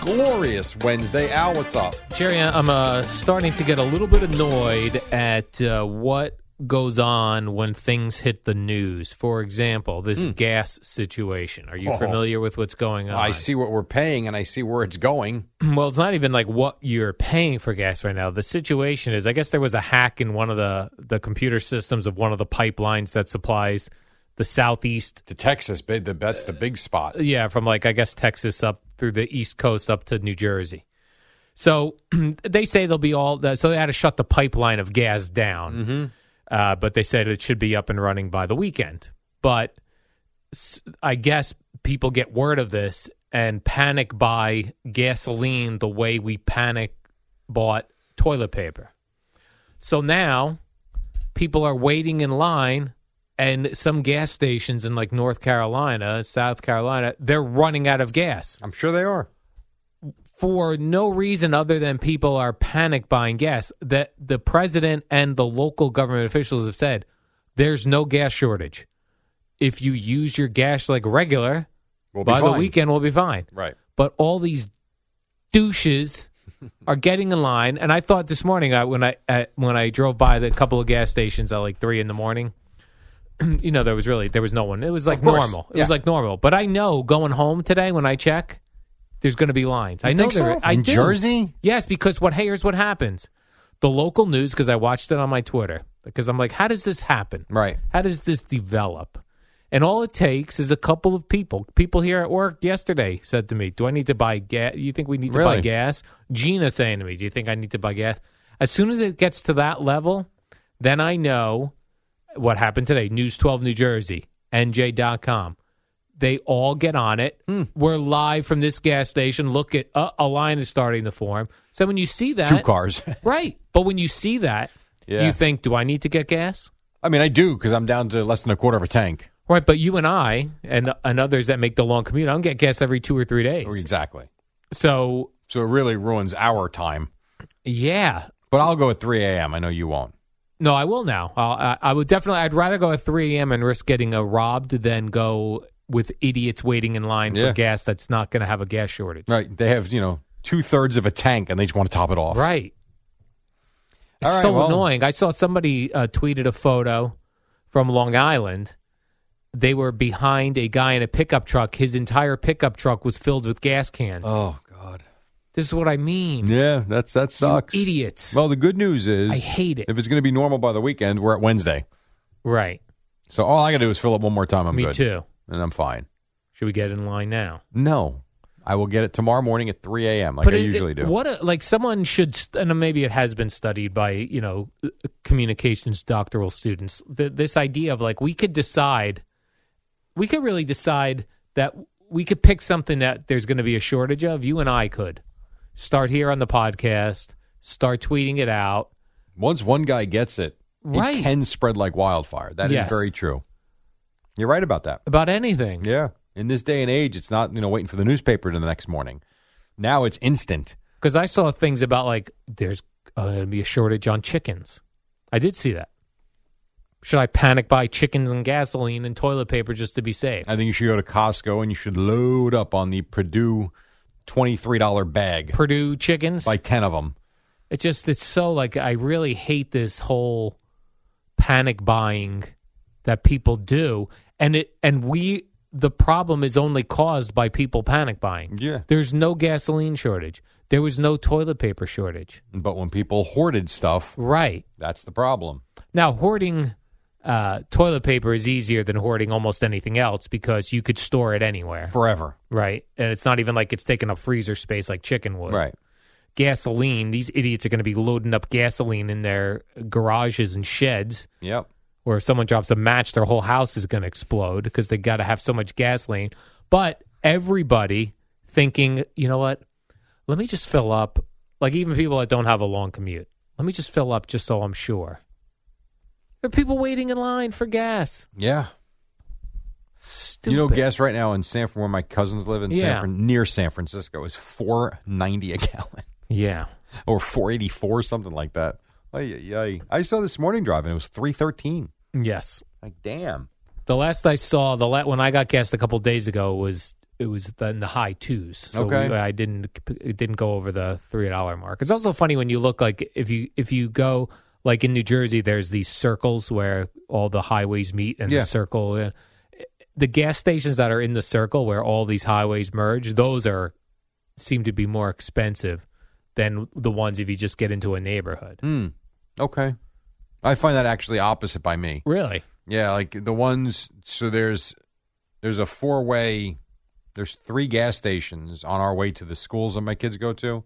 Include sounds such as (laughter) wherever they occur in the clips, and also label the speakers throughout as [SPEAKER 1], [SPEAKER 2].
[SPEAKER 1] glorious Wednesday. Al, what's up?
[SPEAKER 2] Jerry, I'm uh, starting to get a little bit annoyed at uh, what goes on when things hit the news. For example, this gas situation. Are you
[SPEAKER 1] Oh.
[SPEAKER 2] familiar with what's going on?
[SPEAKER 1] I see what we're paying and I see where it's going.
[SPEAKER 2] Well, it's not even like what you're paying for gas right now. The situation is, I guess there was a hack in one of the the computer systems of one of the pipelines that supplies the southeast
[SPEAKER 1] To Texas, big- the- that's the big spot.
[SPEAKER 2] yeah, from like I guess Texas up through the East Coast up to New Jersey. So (clears throat) they say they'll be all. So they had to shut the pipeline of gas down, uh, but they said it should be up and running by the weekend. But s- I guess people get word of this and panic buy gasoline the way we panic bought toilet paper. So now people are waiting in line and some gas stations in like North Carolina, South Carolina, they're running out of gas
[SPEAKER 1] I'm sure they are.
[SPEAKER 2] for no reason other than people are panic buying gas. That the president and the local government officials have said there's no gas shortage. If you use your gas like regular,
[SPEAKER 1] We'll be
[SPEAKER 2] by the
[SPEAKER 1] fine.
[SPEAKER 2] weekend we'll be fine.
[SPEAKER 1] Right.
[SPEAKER 2] But all these douches are getting in line, and I thought this morning I, when I at, when I drove by the couple of gas stations at like three in the morning, (clears throat) you know there was really there was no one. It was like
[SPEAKER 1] course.
[SPEAKER 2] normal. It was
[SPEAKER 1] Yeah.
[SPEAKER 2] like normal. But I know going home today when I check, there's going to be lines. I know
[SPEAKER 1] think
[SPEAKER 2] there.
[SPEAKER 1] so?
[SPEAKER 2] I
[SPEAKER 1] In
[SPEAKER 2] do.
[SPEAKER 1] Jersey?
[SPEAKER 2] Yes, because what here's what happens. The local news because I watched it on my Twitter because I'm like, how does this happen?
[SPEAKER 1] Right.
[SPEAKER 2] How does this develop? And all it takes is a couple of people. People here at work yesterday said to me, "Do I need to buy gas? You think we need to buy
[SPEAKER 1] Really?
[SPEAKER 2] gas?" Gina saying to me, "Do you think I need to buy gas?" As soon as it gets to that level, then I know what happened today. News 12 New Jersey, NJ.com. They all get on it.
[SPEAKER 1] Hmm.
[SPEAKER 2] We're live from this gas station. Look at uh, a line is starting to form. So when you see that,
[SPEAKER 1] Two cars.
[SPEAKER 2] right? But when you see that,
[SPEAKER 1] Yeah.
[SPEAKER 2] you think, "Do I need to get gas?"
[SPEAKER 1] I mean, I do because I'm down to less than a quarter of a tank.
[SPEAKER 2] Right, but you and I and and others that make the long commute, I don't get gas every two or three
[SPEAKER 1] Oh,
[SPEAKER 2] days.
[SPEAKER 1] Exactly.
[SPEAKER 2] So
[SPEAKER 1] So it really ruins our time.
[SPEAKER 2] yeah,
[SPEAKER 1] But I'll go at 3 a.m. I know you won't.
[SPEAKER 2] no, I will now. I'll, I I would definitely. I'd rather go at three a.m. and risk getting uh, robbed than go with idiots waiting in line
[SPEAKER 1] Yeah.
[SPEAKER 2] for gas that's not going to have a gas shortage.
[SPEAKER 1] Right. They have, you know, two thirds of a tank and they just want to top it off.
[SPEAKER 2] Right. It's
[SPEAKER 1] All right,
[SPEAKER 2] so
[SPEAKER 1] well-
[SPEAKER 2] annoying. I saw somebody uh, tweeted a photo from Long Island. They were behind a guy in a pickup truck. His entire pickup truck was filled with gas cans.
[SPEAKER 1] Oh, God.
[SPEAKER 2] this is what I mean.
[SPEAKER 1] Yeah, that's that sucks.
[SPEAKER 2] idiots.
[SPEAKER 1] Well, the good news is
[SPEAKER 2] I hate it.
[SPEAKER 1] If it's going to be normal by the weekend, we're at Wednesday.
[SPEAKER 2] Right.
[SPEAKER 1] So all I got to do is fill up one more time. I'm
[SPEAKER 2] Me
[SPEAKER 1] good.
[SPEAKER 2] too.
[SPEAKER 1] and I'm fine.
[SPEAKER 2] Should we get in line now? I
[SPEAKER 1] No, I will get it tomorrow morning at 3 a.m. Like I usually do.
[SPEAKER 2] What a, like someone should, st- and maybe it has been studied by you know uh, communications doctoral students. Th- this idea of like we could decide, we could really decide that we could pick something that there's going to be a shortage of. You and I could start here on the podcast, start tweeting it out.
[SPEAKER 1] Once one guy gets it,
[SPEAKER 2] Right.
[SPEAKER 1] it can spread like wildfire. That is
[SPEAKER 2] Yes.
[SPEAKER 1] very true. You're right about that.
[SPEAKER 2] About anything,
[SPEAKER 1] Yeah. In this day and age, it's not you know waiting for the newspaper to the next morning. Now it's instant.
[SPEAKER 2] Because I saw things about like there's uh, going to be a shortage on chickens. I did see that. Should I panic buy chickens and gasoline and toilet paper just to be safe?
[SPEAKER 1] I think you should go to Costco and you should load up on the Purdue $23 bag,
[SPEAKER 2] Purdue chickens.
[SPEAKER 1] like 10 of them.
[SPEAKER 2] It just it's so like I really hate this whole panic buying that people do and it and we the problem is only caused by people panic buying.
[SPEAKER 1] Yeah.
[SPEAKER 2] There's no gasoline shortage. There was no toilet paper shortage.
[SPEAKER 1] But when people hoarded stuff,
[SPEAKER 2] Right.
[SPEAKER 1] that's the problem.
[SPEAKER 2] Now hoarding uh, toilet paper is easier than hoarding almost anything else because you could store it anywhere.
[SPEAKER 1] Forever.
[SPEAKER 2] Right. And it's not even like it's taking up freezer space like chicken would
[SPEAKER 1] Right.
[SPEAKER 2] gasoline. These idiots are going to be loading up gasoline in their garages and sheds.
[SPEAKER 1] Yep.
[SPEAKER 2] Or if someone drops a match, their whole house is going to explode because they got to have so much gasoline. But everybody thinking, you know what? Let me just fill up. Like even people that don't have a long commute, let me just fill up just so I'm sure. There are people waiting in line for gas.
[SPEAKER 1] Yeah.
[SPEAKER 2] Stupid.
[SPEAKER 1] You know, gas right now in San Fran, where my cousins live in San
[SPEAKER 2] Yeah.
[SPEAKER 1] Fran, near San Francisco, is four ninety a gallon (laughs)
[SPEAKER 2] Yeah.
[SPEAKER 1] or four eighty four, something like that. Ay, ay, ay. I saw this morning driving; it was three thirteen.
[SPEAKER 2] Yes.
[SPEAKER 1] Like, damn.
[SPEAKER 2] The last I saw, the la- when I got gassed a couple days ago was it was in the high twos. So
[SPEAKER 1] Okay.
[SPEAKER 2] we- I didn't it didn't go over the three dollar mark. It's also funny when you look like if you if you go like in New Jersey, there's these circles where all the highways meet and
[SPEAKER 1] Yeah.
[SPEAKER 2] the circle. uh, The gas stations that are in the circle where all these highways merge, those are seem to be more expensive than the ones if you just get into a neighborhood.
[SPEAKER 1] Hmm. Okay. I find that actually opposite by me.
[SPEAKER 2] Really?
[SPEAKER 1] Yeah, like the ones. So there's there's a four way. There's three gas stations on our way to the schools that my kids go to,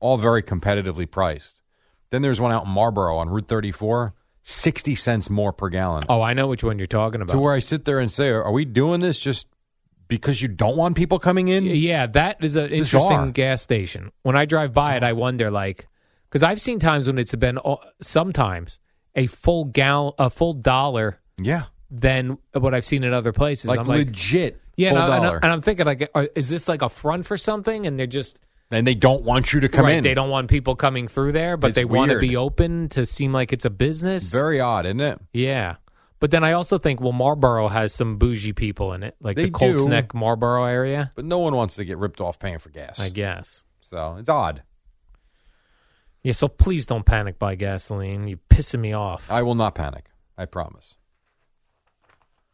[SPEAKER 1] all very competitively priced. Then there's one out in Marlboro on Route 34, 60 cents more per gallon.
[SPEAKER 2] Oh, I know which one you're talking about.
[SPEAKER 1] to where I sit there and say, "Are we doing this just because you don't want people coming in?"
[SPEAKER 2] Yeah, that is an
[SPEAKER 1] Bizarre.
[SPEAKER 2] interesting gas station. When I drive by it, I wonder like because I've seen times when it's been all- sometimes a full gal a full dollar
[SPEAKER 1] Yeah,
[SPEAKER 2] than what I've seen in other places.
[SPEAKER 1] like
[SPEAKER 2] I'm like,
[SPEAKER 1] legit.
[SPEAKER 2] yeah, and,
[SPEAKER 1] full
[SPEAKER 2] I, and, I,
[SPEAKER 1] dollar.
[SPEAKER 2] and I'm thinking like, are, is this like a front for something? And they're just
[SPEAKER 1] And they don't want you to come
[SPEAKER 2] right,
[SPEAKER 1] in.
[SPEAKER 2] They don't want people coming through there, but
[SPEAKER 1] It's
[SPEAKER 2] they want to
[SPEAKER 1] weird.
[SPEAKER 2] be open to seem like it's a business.
[SPEAKER 1] Very odd, isn't it?
[SPEAKER 2] yeah. But then I also think, well, Marlboro has some bougie people in it, like
[SPEAKER 1] They
[SPEAKER 2] the Colts
[SPEAKER 1] do.
[SPEAKER 2] Neck Marlboro area,
[SPEAKER 1] But no one wants to get ripped off paying for gas.
[SPEAKER 2] I guess.
[SPEAKER 1] so it's odd.
[SPEAKER 2] Yeah, so please don't panic buy gasoline. You're pissing me off.
[SPEAKER 1] I will not panic. I promise.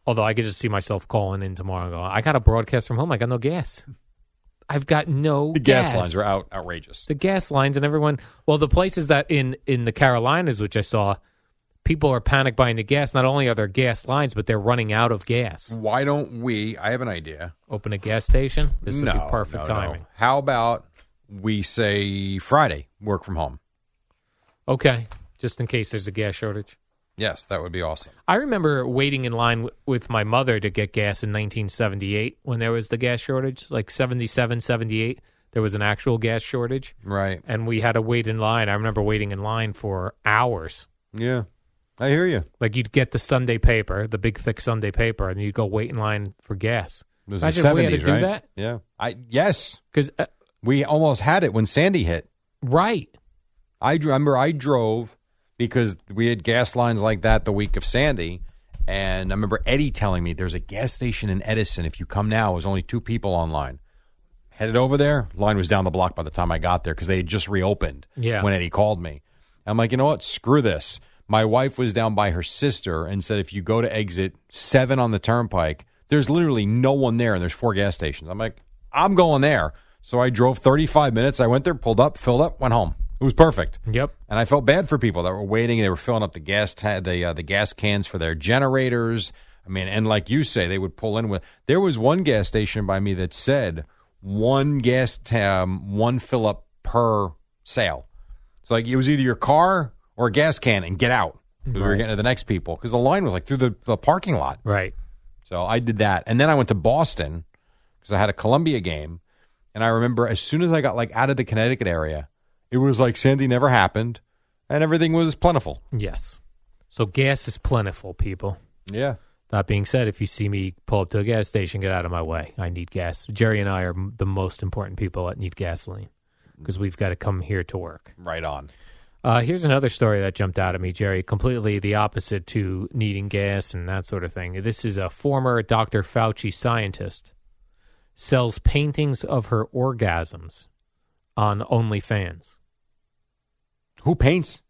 [SPEAKER 2] Although I could just see myself calling in tomorrow and going, I got a broadcast from home. I got no gas. I've got no
[SPEAKER 1] The gas, lines are out outrageous.
[SPEAKER 2] The gas lines and everyone. Well, the places that in in the Carolinas, which I saw, people are panic buying the gas. Not only are there gas lines, but they're running out of gas.
[SPEAKER 1] Why don't we? I have an idea.
[SPEAKER 2] Open a gas station. This would
[SPEAKER 1] no,
[SPEAKER 2] be perfect
[SPEAKER 1] no, no.
[SPEAKER 2] timing.
[SPEAKER 1] How about we say Friday work from home?
[SPEAKER 2] Okay, just in case there's a gas shortage.
[SPEAKER 1] Yes, that would be awesome.
[SPEAKER 2] I remember waiting in line w- with my mother to get gas in 1978 when there was the gas shortage, like 77, 78. There was an actual gas shortage,
[SPEAKER 1] Right?
[SPEAKER 2] and we had to wait in line. I remember waiting in line for hours.
[SPEAKER 1] Yeah, I hear you.
[SPEAKER 2] Like you'd get the Sunday paper, the big thick Sunday paper, and you'd go wait in line for gas.
[SPEAKER 1] It was
[SPEAKER 2] Imagine
[SPEAKER 1] the
[SPEAKER 2] if we had
[SPEAKER 1] 70s,
[SPEAKER 2] to do
[SPEAKER 1] right?
[SPEAKER 2] that.
[SPEAKER 1] Yeah. I yes,
[SPEAKER 2] Because uh,
[SPEAKER 1] we almost had it when Sandy hit.
[SPEAKER 2] right,
[SPEAKER 1] I dr- remember I drove because we had gas lines like that the week of Sandy, and I remember Eddie telling me there's a gas station in Edison. If you come now, there's only two people online. Headed over there, line was down the block by the time I got there because they had just reopened.
[SPEAKER 2] Yeah.
[SPEAKER 1] When Eddie called me, I'm like, you know what? Screw this. My wife was down by her sister and said, if you go to exit seven on the turnpike, there's literally no one there, and there's four gas stations. I'm like, I'm going there. So I drove 35 minutes. I went there, pulled up, filled up, went home. It was perfect.
[SPEAKER 2] yep,
[SPEAKER 1] And I felt bad for people that were waiting. They were filling up the gas ta- the uh, the gas cans for their generators. I mean, and like you say, they would pull in with. There was one gas station by me that said one gas ta- um, one fill up per sale. So like it was either your car or a gas can and get out. 'Cause We were getting to the next people because the line was like through the, the parking lot.
[SPEAKER 2] right.
[SPEAKER 1] So I did that, and then I went to Boston because I had a Columbia game, and I remember as soon as I got like out of the Connecticut area, it was like Sandy never happened, and everything was plentiful.
[SPEAKER 2] Yes. So gas is plentiful, people.
[SPEAKER 1] Yeah,
[SPEAKER 2] That being said, if you see me pull up to a gas station, get out of my way. I need gas. Jerry and I are m- the most important people that need gasoline. because we've got to come here to work.
[SPEAKER 1] Right on.
[SPEAKER 2] Uh, here's another story that jumped out at me, Jerry. Completely the opposite to needing gas and that sort of thing. This is a former Dr. Fauci scientist sells paintings of her orgasms on OnlyFans.
[SPEAKER 1] Who paints?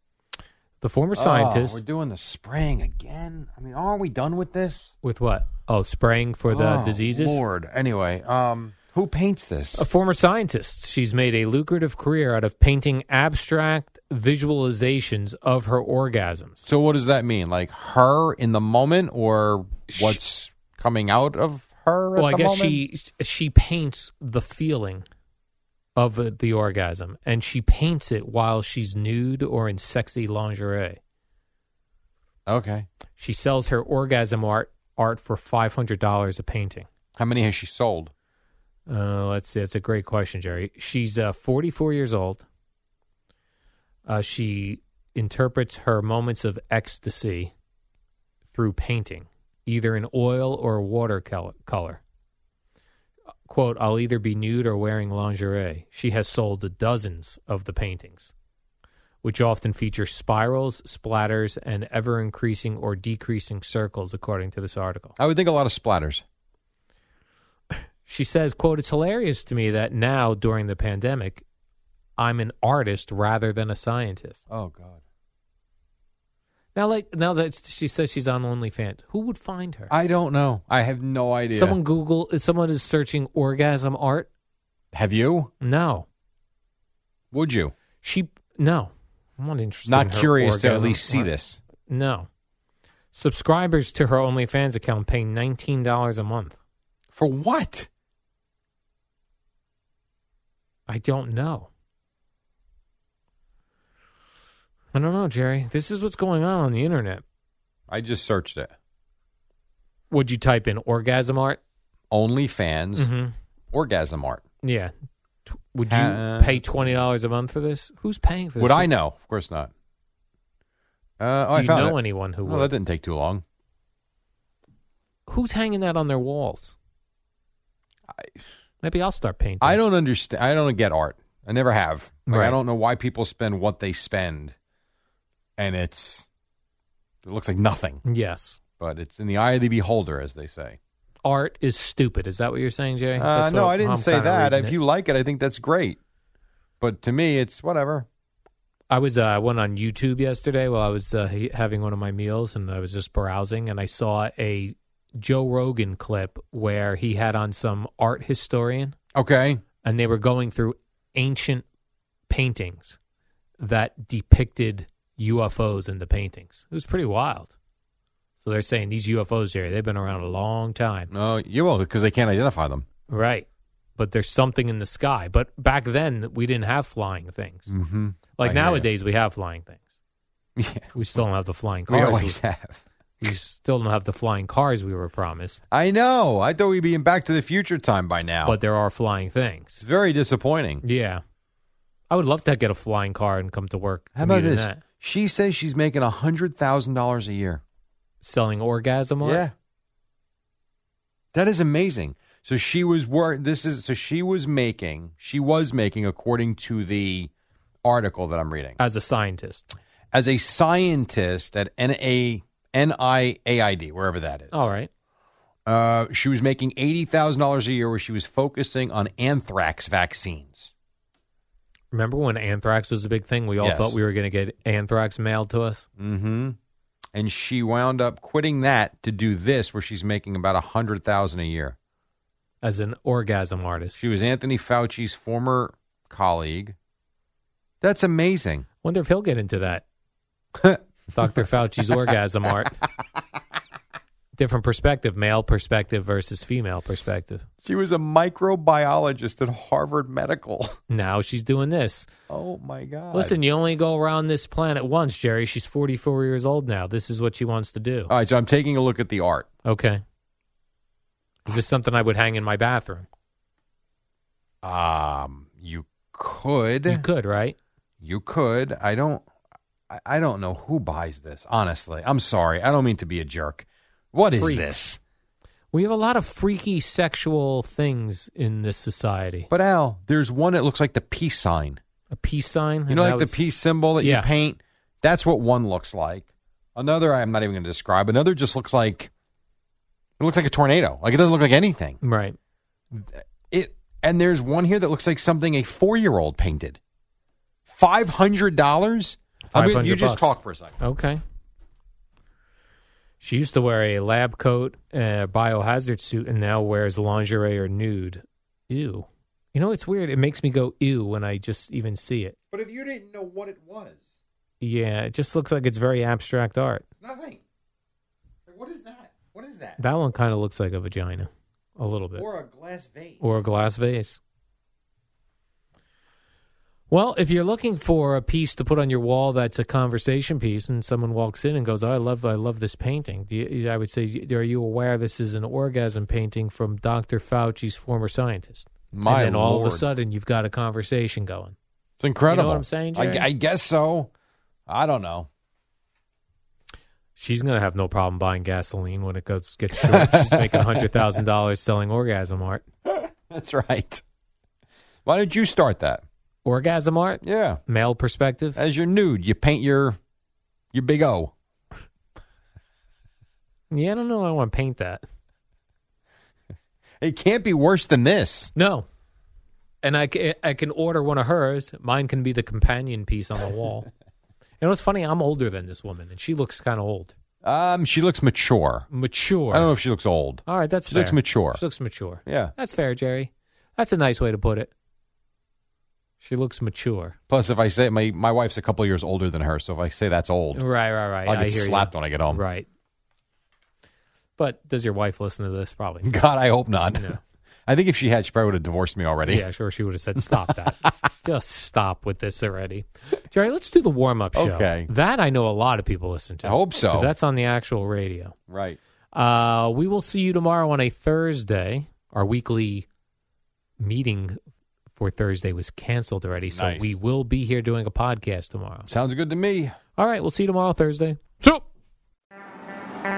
[SPEAKER 2] The former
[SPEAKER 1] Oh, we're
[SPEAKER 2] scientist
[SPEAKER 1] doing the spraying again. I mean, aren't we done with this?
[SPEAKER 2] with what? Oh, spraying for the
[SPEAKER 1] Oh,
[SPEAKER 2] diseases.
[SPEAKER 1] Lord. Anyway, um, who paints this?
[SPEAKER 2] A former scientist, she's made a lucrative career out of painting abstract visualizations of her orgasms.
[SPEAKER 1] So what does that mean? Like her in the moment, or what's coming out of her? At
[SPEAKER 2] well, I
[SPEAKER 1] the
[SPEAKER 2] guess
[SPEAKER 1] moment?
[SPEAKER 2] she she paints the feeling of uh, the orgasm, and she paints it while she's nude or in sexy lingerie.
[SPEAKER 1] Okay.
[SPEAKER 2] She sells her orgasm art art for five hundred dollars a painting.
[SPEAKER 1] How many has she sold?
[SPEAKER 2] Uh, let's see. That's a great question, Jerry. She's uh, 44 years old. Uh, she interprets her moments of ecstasy through painting, either in oil or watercolor. color. Quote, I'll either be nude or wearing lingerie. She has sold dozens of the paintings, which often feature spirals, splatters, and ever increasing or decreasing circles, according to this article.
[SPEAKER 1] I would think a lot of splatters.
[SPEAKER 2] She says, quote, it's hilarious to me that now during the pandemic, I'm an artist rather than a scientist.
[SPEAKER 1] Oh God.
[SPEAKER 2] Now like now that she says she's on OnlyFans, who would find her?
[SPEAKER 1] I don't know. I have no idea.
[SPEAKER 2] Someone Google if someone is searching orgasm art?
[SPEAKER 1] have you?
[SPEAKER 2] No.
[SPEAKER 1] Would you?
[SPEAKER 2] She no. I'm not interested in
[SPEAKER 1] Not
[SPEAKER 2] her
[SPEAKER 1] curious to at
[SPEAKER 2] orgasm
[SPEAKER 1] least see
[SPEAKER 2] art.
[SPEAKER 1] this.
[SPEAKER 2] No. Subscribers to her OnlyFans account pay nineteen dollars a month.
[SPEAKER 1] For what?
[SPEAKER 2] I don't know. I don't know, Jerry. This is what's going on on the internet.
[SPEAKER 1] I just searched it.
[SPEAKER 2] Would you type in orgasm art?
[SPEAKER 1] OnlyFans
[SPEAKER 2] Mm-hmm.
[SPEAKER 1] orgasm art.
[SPEAKER 2] Yeah. T- Would you
[SPEAKER 1] Uh,
[SPEAKER 2] pay twenty dollars a month for this? Who's paying for this?
[SPEAKER 1] Would I know? Of course not. Uh, oh,
[SPEAKER 2] Do
[SPEAKER 1] I
[SPEAKER 2] you
[SPEAKER 1] found
[SPEAKER 2] know
[SPEAKER 1] it.
[SPEAKER 2] anyone who
[SPEAKER 1] Well,
[SPEAKER 2] would?
[SPEAKER 1] that didn't take too long.
[SPEAKER 2] Who's hanging that on their walls? Maybe I'll start painting.
[SPEAKER 1] I don't understand. I don't get art. I never have. Like,
[SPEAKER 2] Right.
[SPEAKER 1] I don't know why people spend what they spend, and it's it looks like nothing.
[SPEAKER 2] Yes,
[SPEAKER 1] But it's in the eye of the beholder, as they say.
[SPEAKER 2] art is stupid. Is that what you're saying, Jay?
[SPEAKER 1] Uh,
[SPEAKER 2] That's
[SPEAKER 1] no,
[SPEAKER 2] what
[SPEAKER 1] I didn't
[SPEAKER 2] I'm
[SPEAKER 1] say
[SPEAKER 2] kinda
[SPEAKER 1] that.
[SPEAKER 2] reading
[SPEAKER 1] If
[SPEAKER 2] it.
[SPEAKER 1] you like it, I think that's great. But to me, it's whatever.
[SPEAKER 2] I was uh, I went on YouTube yesterday while I was uh, he- having one of my meals and I was just browsing and I saw a Joe Rogan clip where he had on some art historian
[SPEAKER 1] Okay.
[SPEAKER 2] and they were going through ancient paintings that depicted UFOs in the paintings. It was pretty wild. So they're saying these UFOs, Jerry, they've been around a long time,
[SPEAKER 1] No, you will because they can't identify them.
[SPEAKER 2] right? But there's something in the sky. But back then, we didn't have flying things.
[SPEAKER 1] Mm-hmm.
[SPEAKER 2] Like
[SPEAKER 1] I hear ya.
[SPEAKER 2] nowadays, we have flying things.
[SPEAKER 1] (laughs) Yeah,
[SPEAKER 2] We still don't have the flying
[SPEAKER 1] we
[SPEAKER 2] cars.
[SPEAKER 1] always have.
[SPEAKER 2] we still don't have the flying cars we were promised.
[SPEAKER 1] I know. I thought we'd be in Back to the Future time by now.
[SPEAKER 2] But there are flying
[SPEAKER 1] it's
[SPEAKER 2] things.
[SPEAKER 1] very disappointing.
[SPEAKER 2] Yeah, I would love to get a flying car and come to work.
[SPEAKER 1] How about
[SPEAKER 2] commuting
[SPEAKER 1] this?
[SPEAKER 2] that.
[SPEAKER 1] She says she's making hundred thousand dollars a year.
[SPEAKER 2] Selling orgasm art.
[SPEAKER 1] Yeah. That is amazing. So she was wor- this is so she was making she was making according to the article that I'm reading.
[SPEAKER 2] as a scientist.
[SPEAKER 1] As a scientist at NA NIAID, wherever that is.
[SPEAKER 2] All right.
[SPEAKER 1] Uh, she was making $80,000 a year where she was focusing on anthrax vaccines.
[SPEAKER 2] Remember when anthrax was a big thing? We all
[SPEAKER 1] Yes.
[SPEAKER 2] thought we were going to get anthrax mailed to us.
[SPEAKER 1] Mhm. And she wound up quitting that to do this where she's making about 100,000 a year.
[SPEAKER 2] As an orgasm artist,
[SPEAKER 1] She was Anthony Fauci's former colleague. That's amazing.
[SPEAKER 2] wonder if he'll get into
[SPEAKER 1] (laughs)
[SPEAKER 2] that. Dr. Fauci's orgasm art. Different perspective, male perspective versus female perspective.
[SPEAKER 1] She was a microbiologist at Harvard Medical.
[SPEAKER 2] Now she's doing this.
[SPEAKER 1] Oh my god.
[SPEAKER 2] Listen, you only go around this planet once, Jerry. She's 44 years old now. This is what she wants to do.
[SPEAKER 1] All right, so I'm taking a look at the art.
[SPEAKER 2] Okay. Is this something I would hang in my bathroom?
[SPEAKER 1] Um, you could
[SPEAKER 2] You could, right?
[SPEAKER 1] You could. I don't. I- I don't know who buys this. Honestly, I'm sorry. I don't mean to be a jerk. What is
[SPEAKER 2] Freaks.
[SPEAKER 1] this?
[SPEAKER 2] We have a lot of freaky sexual things in this society.
[SPEAKER 1] But Al, there's one that looks like the peace sign.
[SPEAKER 2] A peace sign.
[SPEAKER 1] You know, like the peace symbol that
[SPEAKER 2] Yeah.
[SPEAKER 1] you paint. That's what one looks like. Another, I'm not even going to describe. Another just looks like it looks like a tornado. Like it doesn't look like anything.
[SPEAKER 2] Right.
[SPEAKER 1] It and there's one here that looks like something a four year old painted. Five hundred dollars. I mean,
[SPEAKER 2] 500
[SPEAKER 1] you just
[SPEAKER 2] bucks.
[SPEAKER 1] talk for a second.
[SPEAKER 2] Okay. She used to wear a lab coat, a biohazard suit, and now wears lingerie or nude. Ew. You know, it's weird. It makes me go ew when I just even see it.
[SPEAKER 1] But if you didn't know what it was,
[SPEAKER 2] Yeah, it just looks like it's very abstract art.
[SPEAKER 1] it's nothing. Like, what is that? What is that?
[SPEAKER 2] That one kind of looks like a vagina, a little bit,
[SPEAKER 1] Or a glass vase.
[SPEAKER 2] or a glass vase. Well, if you're looking for a piece to put on your wall that's a conversation piece, and someone walks in and goes, "I love, I love this painting," do you, I would say, "Are you aware this is an orgasm painting from Dr. Fauci's former scientist?"
[SPEAKER 1] My
[SPEAKER 2] and then all of a
[SPEAKER 1] Lord.
[SPEAKER 2] sudden, you've got a conversation going.
[SPEAKER 1] It's incredible.
[SPEAKER 2] I'm saying,
[SPEAKER 1] I,
[SPEAKER 2] Jerry?
[SPEAKER 1] I guess so. I don't know. (laughs)
[SPEAKER 2] She's going to have no problem buying gasoline when it goes gets short. She's making hundred thousand dollars selling orgasm art.
[SPEAKER 1] That's right. Why did you start that?
[SPEAKER 2] Orgasm art,
[SPEAKER 1] Yeah.
[SPEAKER 2] male perspective.
[SPEAKER 1] As your nude, you paint your your big O.
[SPEAKER 2] Yeah, I don't know. I want to paint that.
[SPEAKER 1] It can't be worse than this.
[SPEAKER 2] No. And I, ca- I can order one of hers. Mine can be the companion piece on the wall.
[SPEAKER 1] (laughs)
[SPEAKER 2] you know what's funny? I'm older than this woman, and she looks kind of old.
[SPEAKER 1] Um, she looks mature.
[SPEAKER 2] Mature.
[SPEAKER 1] I don't know if she looks old.
[SPEAKER 2] All right, that's
[SPEAKER 1] She looks
[SPEAKER 2] fair.
[SPEAKER 1] mature.
[SPEAKER 2] She looks mature.
[SPEAKER 1] Yeah.
[SPEAKER 2] That's fair, Jerry. That's a nice way to put it. She looks mature.
[SPEAKER 1] Plus, if I say my my wife's a couple years older than her, so if I say that's old,
[SPEAKER 2] Right, right, right.
[SPEAKER 1] I'll
[SPEAKER 2] I
[SPEAKER 1] get
[SPEAKER 2] hear
[SPEAKER 1] slapped
[SPEAKER 2] you.
[SPEAKER 1] when I get home.
[SPEAKER 2] Right. But does your wife listen to this? Probably.
[SPEAKER 1] (laughs) God, I hope not.
[SPEAKER 2] No.
[SPEAKER 1] (laughs) I think if she had, she probably would have divorced me already.
[SPEAKER 2] Yeah, sure. She would have said, "Stop
[SPEAKER 1] (laughs)
[SPEAKER 2] that! Just stop with this already." Jerry, let's do the warm up show.
[SPEAKER 1] Okay.
[SPEAKER 2] that I know a lot of people listen to.
[SPEAKER 1] I hope so.
[SPEAKER 2] 'cause that's on the actual radio.
[SPEAKER 1] (laughs) Right.
[SPEAKER 2] Uh, we will see you tomorrow on a Thursday. Our weekly meeting for Thursday was canceled already, so
[SPEAKER 1] Nice.
[SPEAKER 2] we will be here doing a podcast tomorrow.
[SPEAKER 1] Sounds good to me.
[SPEAKER 2] All right, we'll see you tomorrow, Thursday. So.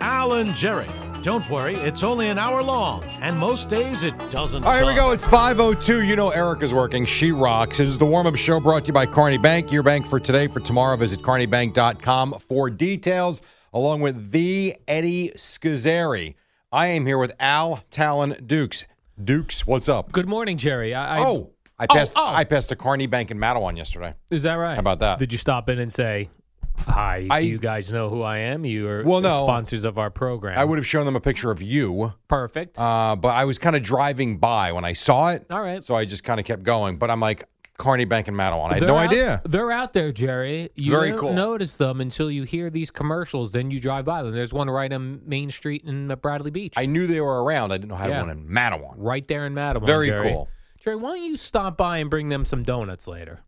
[SPEAKER 3] Alan Jerry. Don't worry, it's only an hour long, and most days it doesn't.
[SPEAKER 1] All right, here we
[SPEAKER 3] suck.
[SPEAKER 1] go. It's 502. You know Erica's working. She rocks. It is the warm-up show brought to you by Carney Bank. Your bank for today, for tomorrow. Visit carneybank.com for details, along with the Eddie Schizzeri. I am here with Al Talon Dukes. Dukes, what's up?
[SPEAKER 2] Good morning, Jerry. I, I,
[SPEAKER 1] Oh, I
[SPEAKER 2] Oh,
[SPEAKER 1] passed
[SPEAKER 2] oh.
[SPEAKER 1] I passed a Carney Bank in Mattawan yesterday.
[SPEAKER 2] is that right?
[SPEAKER 1] How about that?
[SPEAKER 2] Did you stop in and say, "Hi,
[SPEAKER 1] I-
[SPEAKER 2] do you guys know who I am? You are
[SPEAKER 1] Well,
[SPEAKER 2] the
[SPEAKER 1] no.
[SPEAKER 2] sponsors of our program."
[SPEAKER 1] I would have shown them a picture of you,
[SPEAKER 2] perfect.
[SPEAKER 1] uh, but I was kind of driving by when I saw it.
[SPEAKER 2] All right.
[SPEAKER 1] So I just kind of kept going. But I'm like, Carney Bank in Mattawan. I had
[SPEAKER 2] They're
[SPEAKER 1] no
[SPEAKER 2] out-
[SPEAKER 1] idea.
[SPEAKER 2] They're out there, Jerry. You
[SPEAKER 1] Very
[SPEAKER 2] don't
[SPEAKER 1] cool.
[SPEAKER 2] notice them until you hear these commercials. Then you drive by them. There's one right on Main Street in uh, Bradley Beach.
[SPEAKER 1] I knew they were around. I didn't know how to
[SPEAKER 2] Yeah.
[SPEAKER 1] one in Mattawan.
[SPEAKER 2] right there in Mattawan.
[SPEAKER 1] Very
[SPEAKER 2] Jerry.
[SPEAKER 1] cool.
[SPEAKER 2] Jerry, why don't you stop by and bring them some donuts later?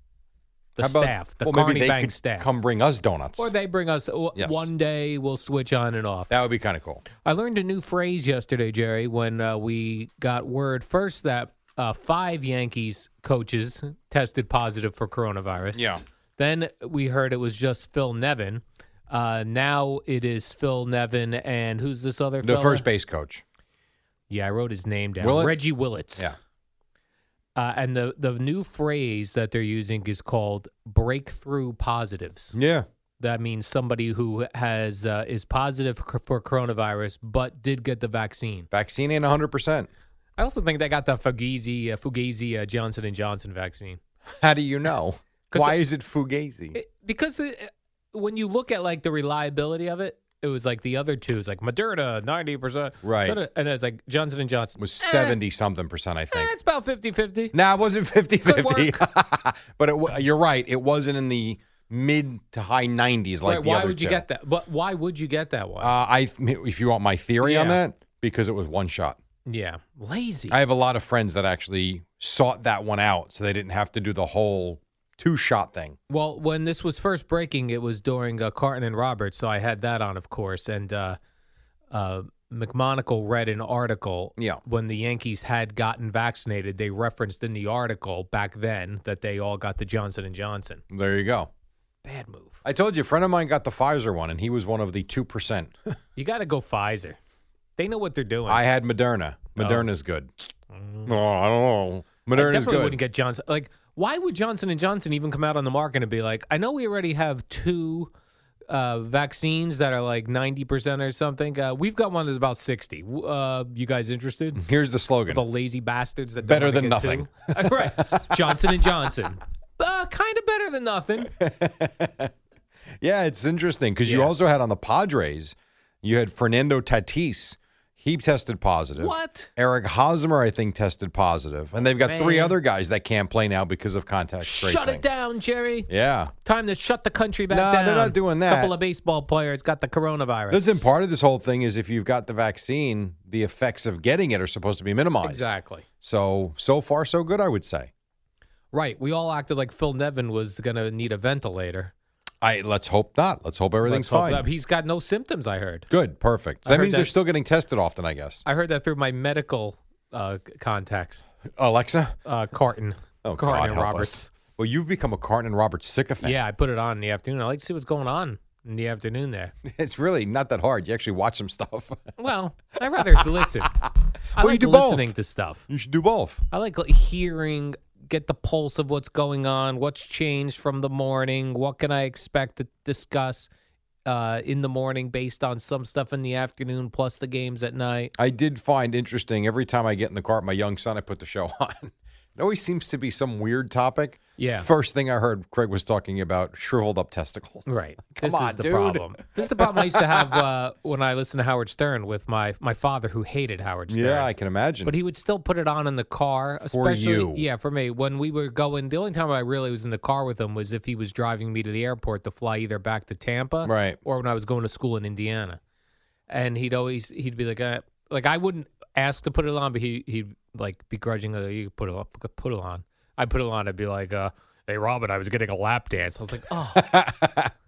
[SPEAKER 2] The
[SPEAKER 1] How about-
[SPEAKER 2] staff, the
[SPEAKER 1] well,
[SPEAKER 2] Carney
[SPEAKER 1] maybe they
[SPEAKER 2] Bank
[SPEAKER 1] could
[SPEAKER 2] staff.
[SPEAKER 1] Come bring us donuts.
[SPEAKER 2] or they bring us w-
[SPEAKER 1] Yes.
[SPEAKER 2] one day. We'll switch on and off.
[SPEAKER 1] that would be kind of cool.
[SPEAKER 2] I learned a new phrase yesterday, Jerry, when uh, we got word first that uh, five Yankees coaches tested positive for coronavirus. Then we heard it was just Phil Nevin. Uh, now it is Phil Nevin and who's this other?
[SPEAKER 1] The
[SPEAKER 2] fella?
[SPEAKER 1] first base coach.
[SPEAKER 2] Yeah, I wrote his name down.
[SPEAKER 1] Willett?
[SPEAKER 2] Reggie Willits.
[SPEAKER 1] Yeah.
[SPEAKER 2] Uh, and the the new phrase that they're using is called breakthrough positives.
[SPEAKER 1] Yeah.
[SPEAKER 2] That means somebody who has uh, is positive c- for coronavirus but did get the vaccine.
[SPEAKER 1] Vaccine ain't 100%.
[SPEAKER 2] I also think they got the Fugazi uh, Fugazi uh, Johnson and Johnson vaccine.
[SPEAKER 1] How do you know?
[SPEAKER 2] 'Cause
[SPEAKER 1] Why
[SPEAKER 2] it-
[SPEAKER 1] is it Fugazi?
[SPEAKER 2] It- because it, when you look at like the reliability of it, it was like the other two is like Moderna ninety percent,
[SPEAKER 1] Right.
[SPEAKER 2] And it's like Johnson and Johnson
[SPEAKER 1] was
[SPEAKER 2] eh,
[SPEAKER 1] 70 something percent, I
[SPEAKER 2] eh,
[SPEAKER 1] think.
[SPEAKER 2] it's about 50-50.
[SPEAKER 1] Nah, it wasn't 50 50.
[SPEAKER 2] Good
[SPEAKER 1] (laughs) but it, wa- you're right. It wasn't in the mid to high 90s like
[SPEAKER 2] Right,
[SPEAKER 1] the
[SPEAKER 2] why
[SPEAKER 1] other
[SPEAKER 2] would you
[SPEAKER 1] two.
[SPEAKER 2] get that? But why would you get that one?
[SPEAKER 1] Uh, I if you want my theory on
[SPEAKER 2] Yeah.
[SPEAKER 1] that, because it was one shot.
[SPEAKER 2] yeah, lazy.
[SPEAKER 1] I have a lot of friends that actually sought that one out, so they didn't have to do the whole two shot thing.
[SPEAKER 2] Well, when this was first breaking, it was during uh, Carton and Roberts, so I had that on, of course. And uh, uh, McMonagle read an article.
[SPEAKER 1] Yeah.
[SPEAKER 2] When the Yankees had gotten vaccinated, they referenced in the article back then that they all got the Johnson and Johnson.
[SPEAKER 1] There you go.
[SPEAKER 2] Bad move.
[SPEAKER 1] I told you, a friend of mine got the Pfizer one, and he was one of the
[SPEAKER 2] (laughs)
[SPEAKER 1] two percent.
[SPEAKER 2] You got to go Pfizer. They know what they're doing.
[SPEAKER 1] I had Moderna. Moderna's good. No, I don't
[SPEAKER 2] I Oh.
[SPEAKER 1] know. Moderna's
[SPEAKER 2] Mm. definitely
[SPEAKER 1] good.
[SPEAKER 2] wouldn't get Johnson. Like, why would Johnson and Johnson even come out on the market and be like, I know we already have two uh, vaccines that are like ninety percent or something. Uh, we've got one that's about sixty. W- Uh, you guys
[SPEAKER 1] (laughs)
[SPEAKER 2] interested?
[SPEAKER 1] Here's the slogan.
[SPEAKER 2] The lazy bastards that don't
[SPEAKER 1] Better
[SPEAKER 2] wanna
[SPEAKER 1] than
[SPEAKER 2] get (laughs) two. Uh, right?
[SPEAKER 1] (laughs)
[SPEAKER 2] Johnson and Johnson. Uh, kind of better than
[SPEAKER 1] (laughs)
[SPEAKER 2] nothing.
[SPEAKER 1] Yeah, it's interesting because you
[SPEAKER 2] Yeah.
[SPEAKER 1] also had on the Padres, you had Fernando Tatis. He tested positive.
[SPEAKER 2] What?
[SPEAKER 1] Eric Hosmer, I think, tested positive. And they've got three
[SPEAKER 2] Man.
[SPEAKER 1] other guys that can't play now because of contact tracing.
[SPEAKER 2] Shut it down, Jerry.
[SPEAKER 1] Yeah.
[SPEAKER 2] Time to shut the country back
[SPEAKER 1] No, they're
[SPEAKER 2] down.
[SPEAKER 1] not doing that.
[SPEAKER 2] Couple of baseball players got the coronavirus.
[SPEAKER 1] Listen, part of this whole thing is if you've got the vaccine, the effects of getting it are supposed to be minimized.
[SPEAKER 2] Exactly.
[SPEAKER 1] So, so far, so good, I would say.
[SPEAKER 2] Right. We all acted like Phil Nevin was going to need a ventilator.
[SPEAKER 1] I Let's hope not. Let's hope everything's
[SPEAKER 2] Let's hope
[SPEAKER 1] fine.
[SPEAKER 2] that- He's got no symptoms, I heard.
[SPEAKER 1] Good, perfect.
[SPEAKER 2] I
[SPEAKER 1] that
[SPEAKER 2] heard
[SPEAKER 1] means they're
[SPEAKER 2] that-
[SPEAKER 1] still getting tested often, I guess.
[SPEAKER 2] I heard that through my medical uh, c- contacts.
[SPEAKER 1] Alexa?
[SPEAKER 2] Uh, Carton.
[SPEAKER 1] Oh,
[SPEAKER 2] Carton
[SPEAKER 1] God,
[SPEAKER 2] and
[SPEAKER 1] help
[SPEAKER 2] Roberts.
[SPEAKER 1] us. Well, you've become a Carton and Roberts sycophant.
[SPEAKER 2] Yeah, I put it on in the afternoon. I like to see what's going on in the afternoon there.
[SPEAKER 1] (laughs) (laughs) It's really not that hard. You actually watch
[SPEAKER 2] (laughs)
[SPEAKER 1] some stuff.
[SPEAKER 2] Well, I'd rather (laughs) listen. I
[SPEAKER 1] Well, you
[SPEAKER 2] like
[SPEAKER 1] do both.
[SPEAKER 2] listening to stuff.
[SPEAKER 1] You should do both.
[SPEAKER 2] I like li- hearing, get the pulse of what's going on, what's changed from the morning, what can I expect to discuss uh, in the morning based on some stuff in the afternoon plus the games at night.
[SPEAKER 1] I did find interesting every time I get in the car with my young son, I put the show (laughs) on. It always seems to be some weird topic.
[SPEAKER 2] Yeah.
[SPEAKER 1] First thing I heard, Craig was talking about shriveled up testicles. (laughs)
[SPEAKER 2] Right.
[SPEAKER 1] Come
[SPEAKER 2] this
[SPEAKER 1] on,
[SPEAKER 2] is the
[SPEAKER 1] dude.
[SPEAKER 2] problem. This is the problem I used to have uh, (laughs) when I listened to Howard Stern with my my father who hated Howard Stern.
[SPEAKER 1] Yeah, I can imagine.
[SPEAKER 2] But he would still put it on in the car,
[SPEAKER 1] For
[SPEAKER 2] especially
[SPEAKER 1] you.
[SPEAKER 2] yeah, for me. When we were going, the only time I really was in the car with him was if he was driving me to the airport to fly either back to Tampa,
[SPEAKER 1] Right.
[SPEAKER 2] or when I was going to school in Indiana. And he'd always he'd be like, uh, like I wouldn't ask to put it on, but he he'd like begrudgingly "Oh, you put it up, put it on. I put it on. I'd be like, uh, hey, Robin, I was getting a lap dance. I was like, oh.
[SPEAKER 1] (laughs)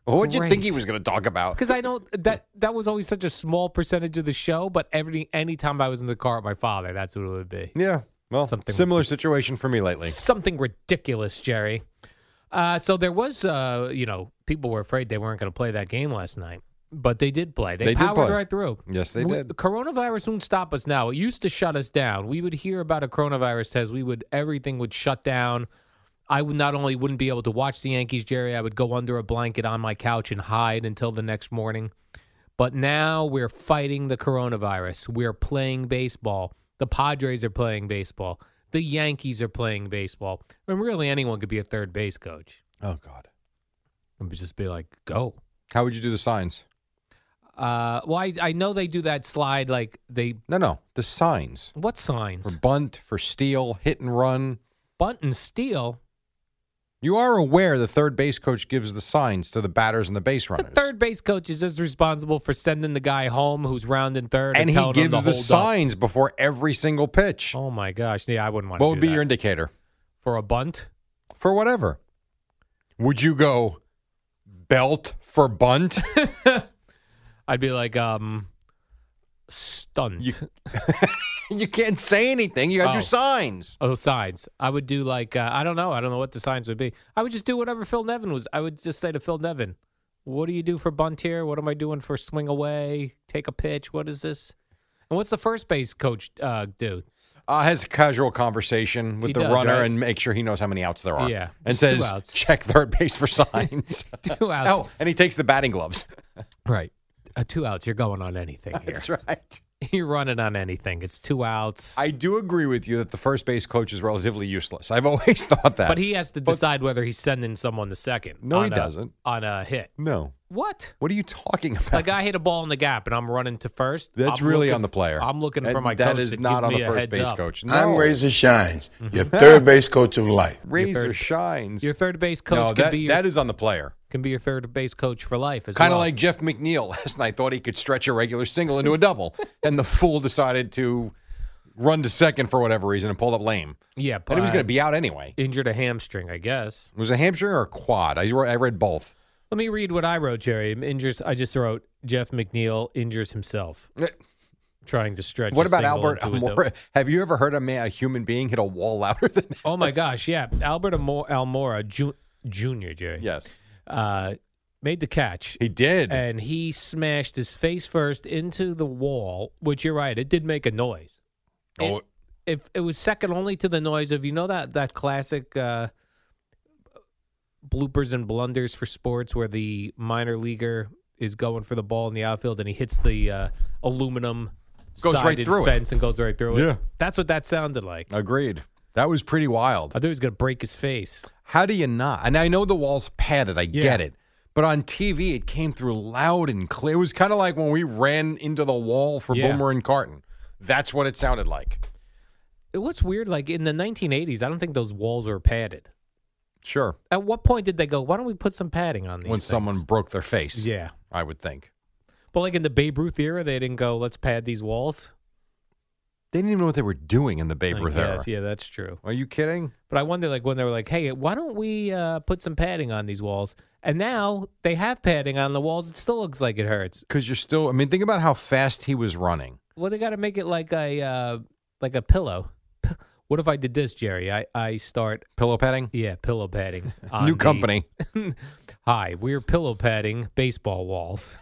[SPEAKER 1] What'd you think
[SPEAKER 2] Great.
[SPEAKER 1] he was going to talk about?
[SPEAKER 2] Because I don't that that was always such a small percentage of the show, but every any time I was in the car with my father, that's what it would be.
[SPEAKER 1] Yeah. Well,
[SPEAKER 2] Something-
[SPEAKER 1] similar situation for me lately.
[SPEAKER 2] Something ridiculous, Jerry. Uh, so there was, uh, you know, people were afraid they weren't going to play that game last night, but they did play. They,
[SPEAKER 1] They did
[SPEAKER 2] powered
[SPEAKER 1] play.
[SPEAKER 2] right through.
[SPEAKER 1] Yes, they
[SPEAKER 2] We-
[SPEAKER 1] did.
[SPEAKER 2] The coronavirus won't stop us now. It used to shut us down. We would hear about a coronavirus test. We would everything would shut down. I would not only wouldn't be able to watch the Yankees, Jerry. I would go under a blanket on my couch and hide until the next morning. But now we're fighting the coronavirus. We're playing baseball. The Padres are playing baseball. The Yankees are playing baseball. And really, anyone could be a third base coach
[SPEAKER 1] Oh, God.
[SPEAKER 2] and just be like, go.
[SPEAKER 1] How would you do the signs?
[SPEAKER 2] Uh, well, I, I know they do that slide. Like they,
[SPEAKER 1] No, no. The signs
[SPEAKER 2] what signs?
[SPEAKER 1] for bunt, for steal, hit and run.
[SPEAKER 2] Bunt and steal.
[SPEAKER 1] You are aware the third base coach gives the signs to the batters and the base
[SPEAKER 2] The
[SPEAKER 1] runners.
[SPEAKER 2] third base coach is just responsible for sending the guy home who's rounding third,
[SPEAKER 1] and he
[SPEAKER 2] telling him
[SPEAKER 1] gives
[SPEAKER 2] to
[SPEAKER 1] the
[SPEAKER 2] hold up.
[SPEAKER 1] signs before every single pitch.
[SPEAKER 2] Oh my gosh! Yeah, I wouldn't want
[SPEAKER 1] what
[SPEAKER 2] to
[SPEAKER 1] would
[SPEAKER 2] do
[SPEAKER 1] be
[SPEAKER 2] that.
[SPEAKER 1] your indicator
[SPEAKER 2] for a bunt.
[SPEAKER 1] for whatever? Would you go belt
[SPEAKER 2] (laughs)
[SPEAKER 1] for bunt?
[SPEAKER 2] I'd be like, um, stunt.
[SPEAKER 1] (laughs) you can't say anything. You got to
[SPEAKER 2] Oh.
[SPEAKER 1] do signs.
[SPEAKER 2] Oh, signs. I would do like uh, I don't know. I don't know what the signs would be. I would just do whatever Phil Nevin was. I would just say to Phil Nevin, "What do you do for bunt here? What am I doing for swing away? Take a pitch? What is this?" And what's the first base coach uh, do?
[SPEAKER 1] Uh, has a casual conversation with
[SPEAKER 2] He
[SPEAKER 1] the
[SPEAKER 2] does,
[SPEAKER 1] runner
[SPEAKER 2] right?
[SPEAKER 1] and make sure he knows how many outs there are.
[SPEAKER 2] Yeah,
[SPEAKER 1] and
[SPEAKER 2] just two
[SPEAKER 1] says
[SPEAKER 2] outs.
[SPEAKER 1] check third base
[SPEAKER 2] (laughs)
[SPEAKER 1] for signs.
[SPEAKER 2] Two outs.
[SPEAKER 1] oh, and he takes the
[SPEAKER 2] (laughs)
[SPEAKER 1] batting gloves.
[SPEAKER 2] Right, uh, two outs. You're going on anything here.
[SPEAKER 1] That's right.
[SPEAKER 2] (laughs) You're running on anything. It's two outs.
[SPEAKER 1] I do agree with you that the first base coach is relatively useless. I've always (laughs) thought that.
[SPEAKER 2] but he has to decide whether he's sending someone to second.
[SPEAKER 1] No, he
[SPEAKER 2] on a-
[SPEAKER 1] doesn't.
[SPEAKER 2] on a hit.
[SPEAKER 1] no.
[SPEAKER 2] What?
[SPEAKER 1] What are you talking about?
[SPEAKER 2] A guy hit a ball in the gap, and I'm running to first.
[SPEAKER 1] That's
[SPEAKER 2] I'm
[SPEAKER 1] really
[SPEAKER 2] looking-
[SPEAKER 1] on the player.
[SPEAKER 2] I'm looking for
[SPEAKER 1] And
[SPEAKER 2] my
[SPEAKER 1] That
[SPEAKER 2] coach
[SPEAKER 1] is
[SPEAKER 2] to
[SPEAKER 1] not
[SPEAKER 2] give
[SPEAKER 1] on
[SPEAKER 2] me
[SPEAKER 1] the
[SPEAKER 2] a
[SPEAKER 1] first
[SPEAKER 2] heads
[SPEAKER 1] base
[SPEAKER 2] up.
[SPEAKER 1] coach.
[SPEAKER 4] I'm
[SPEAKER 1] No.
[SPEAKER 4] Razor Shines, your (laughs)
[SPEAKER 1] Mm-hmm.
[SPEAKER 4] third base coach of life.
[SPEAKER 1] Razor shines.
[SPEAKER 2] Your third base coach
[SPEAKER 1] no,
[SPEAKER 2] can
[SPEAKER 1] that,
[SPEAKER 2] be your,
[SPEAKER 1] that is on the player.
[SPEAKER 2] can be your third base coach for life. as
[SPEAKER 1] Kind of
[SPEAKER 2] well.
[SPEAKER 1] like Jeff McNeil (laughs) last night thought he could stretch a regular single into a double,
[SPEAKER 2] (laughs)
[SPEAKER 1] and the fool decided to run to second for whatever reason and pulled up lame.
[SPEAKER 2] yeah,
[SPEAKER 1] And he was
[SPEAKER 2] but
[SPEAKER 1] going to be out anyway.
[SPEAKER 2] injured a hamstring, I guess.
[SPEAKER 1] It was a hamstring or a quad? I, re- I read both.
[SPEAKER 2] Let me read what I wrote, Jerry. Injures. I just wrote Jeff McNeil injures himself trying to stretch.
[SPEAKER 1] What
[SPEAKER 2] a
[SPEAKER 1] about
[SPEAKER 2] single
[SPEAKER 1] Albert
[SPEAKER 2] into a double.
[SPEAKER 1] Almora? (laughs) Have you ever heard a man, a human being, hit a wall (laughs) louder than that?
[SPEAKER 2] Oh my gosh! Yeah, Albert Almo- Almora Ju- Junior, Jerry,
[SPEAKER 1] Yes,
[SPEAKER 2] uh, made the catch.
[SPEAKER 1] he did.
[SPEAKER 2] and he smashed his face first into the wall, which you're right, it did make a noise.
[SPEAKER 1] oh,
[SPEAKER 2] If it was second only to the noise of you know that that classic uh, bloopers and blunders for sports where the minor leaguer is going for the ball in the outfield and he hits the uh, aluminum
[SPEAKER 1] Goes right
[SPEAKER 2] sided
[SPEAKER 1] through it.
[SPEAKER 2] fence and goes right through it.
[SPEAKER 1] Yeah.
[SPEAKER 2] That's what that sounded like.
[SPEAKER 1] agreed. That was pretty wild.
[SPEAKER 2] I thought he was going to break his face.
[SPEAKER 1] How do you not? And I know the wall's padded. I
[SPEAKER 2] Yeah.
[SPEAKER 1] get it. But on TV, it came through loud and clear. It was kind of like when we ran into the wall for
[SPEAKER 2] Yeah.
[SPEAKER 1] Boomer and Carton. That's what it sounded like.
[SPEAKER 2] It- What's weird, like in the 1980s, I don't think those walls were padded.
[SPEAKER 1] Sure.
[SPEAKER 2] At what point did they go? Why don't we put some padding on these?
[SPEAKER 1] When someone
[SPEAKER 2] things?"
[SPEAKER 1] broke their face. (laughs)
[SPEAKER 2] yeah,
[SPEAKER 1] I would think.
[SPEAKER 2] But like in the Babe Ruth era, they didn't go, let's pad these walls.
[SPEAKER 1] They didn't even know what they were doing in the Babe
[SPEAKER 2] I
[SPEAKER 1] Ruth era.
[SPEAKER 2] guess, Yeah, that's true.
[SPEAKER 1] Are you kidding?
[SPEAKER 2] But I wonder, like, when they were like, hey, why don't we uh, put some padding on these walls? And now they have padding on the walls. It still looks like it hurts.
[SPEAKER 1] Because you're still, I mean, think about how fast he was running.
[SPEAKER 2] Well, they got to make it like a uh, like a pillow. (laughs) What if I did this, Jerry? I, I start,
[SPEAKER 1] Pillow petting?
[SPEAKER 2] yeah, pillow
[SPEAKER 1] (laughs)
[SPEAKER 2] padding. on
[SPEAKER 1] New
[SPEAKER 2] the-
[SPEAKER 1] company.
[SPEAKER 2] (laughs) Hi, we're pillow padding baseball walls.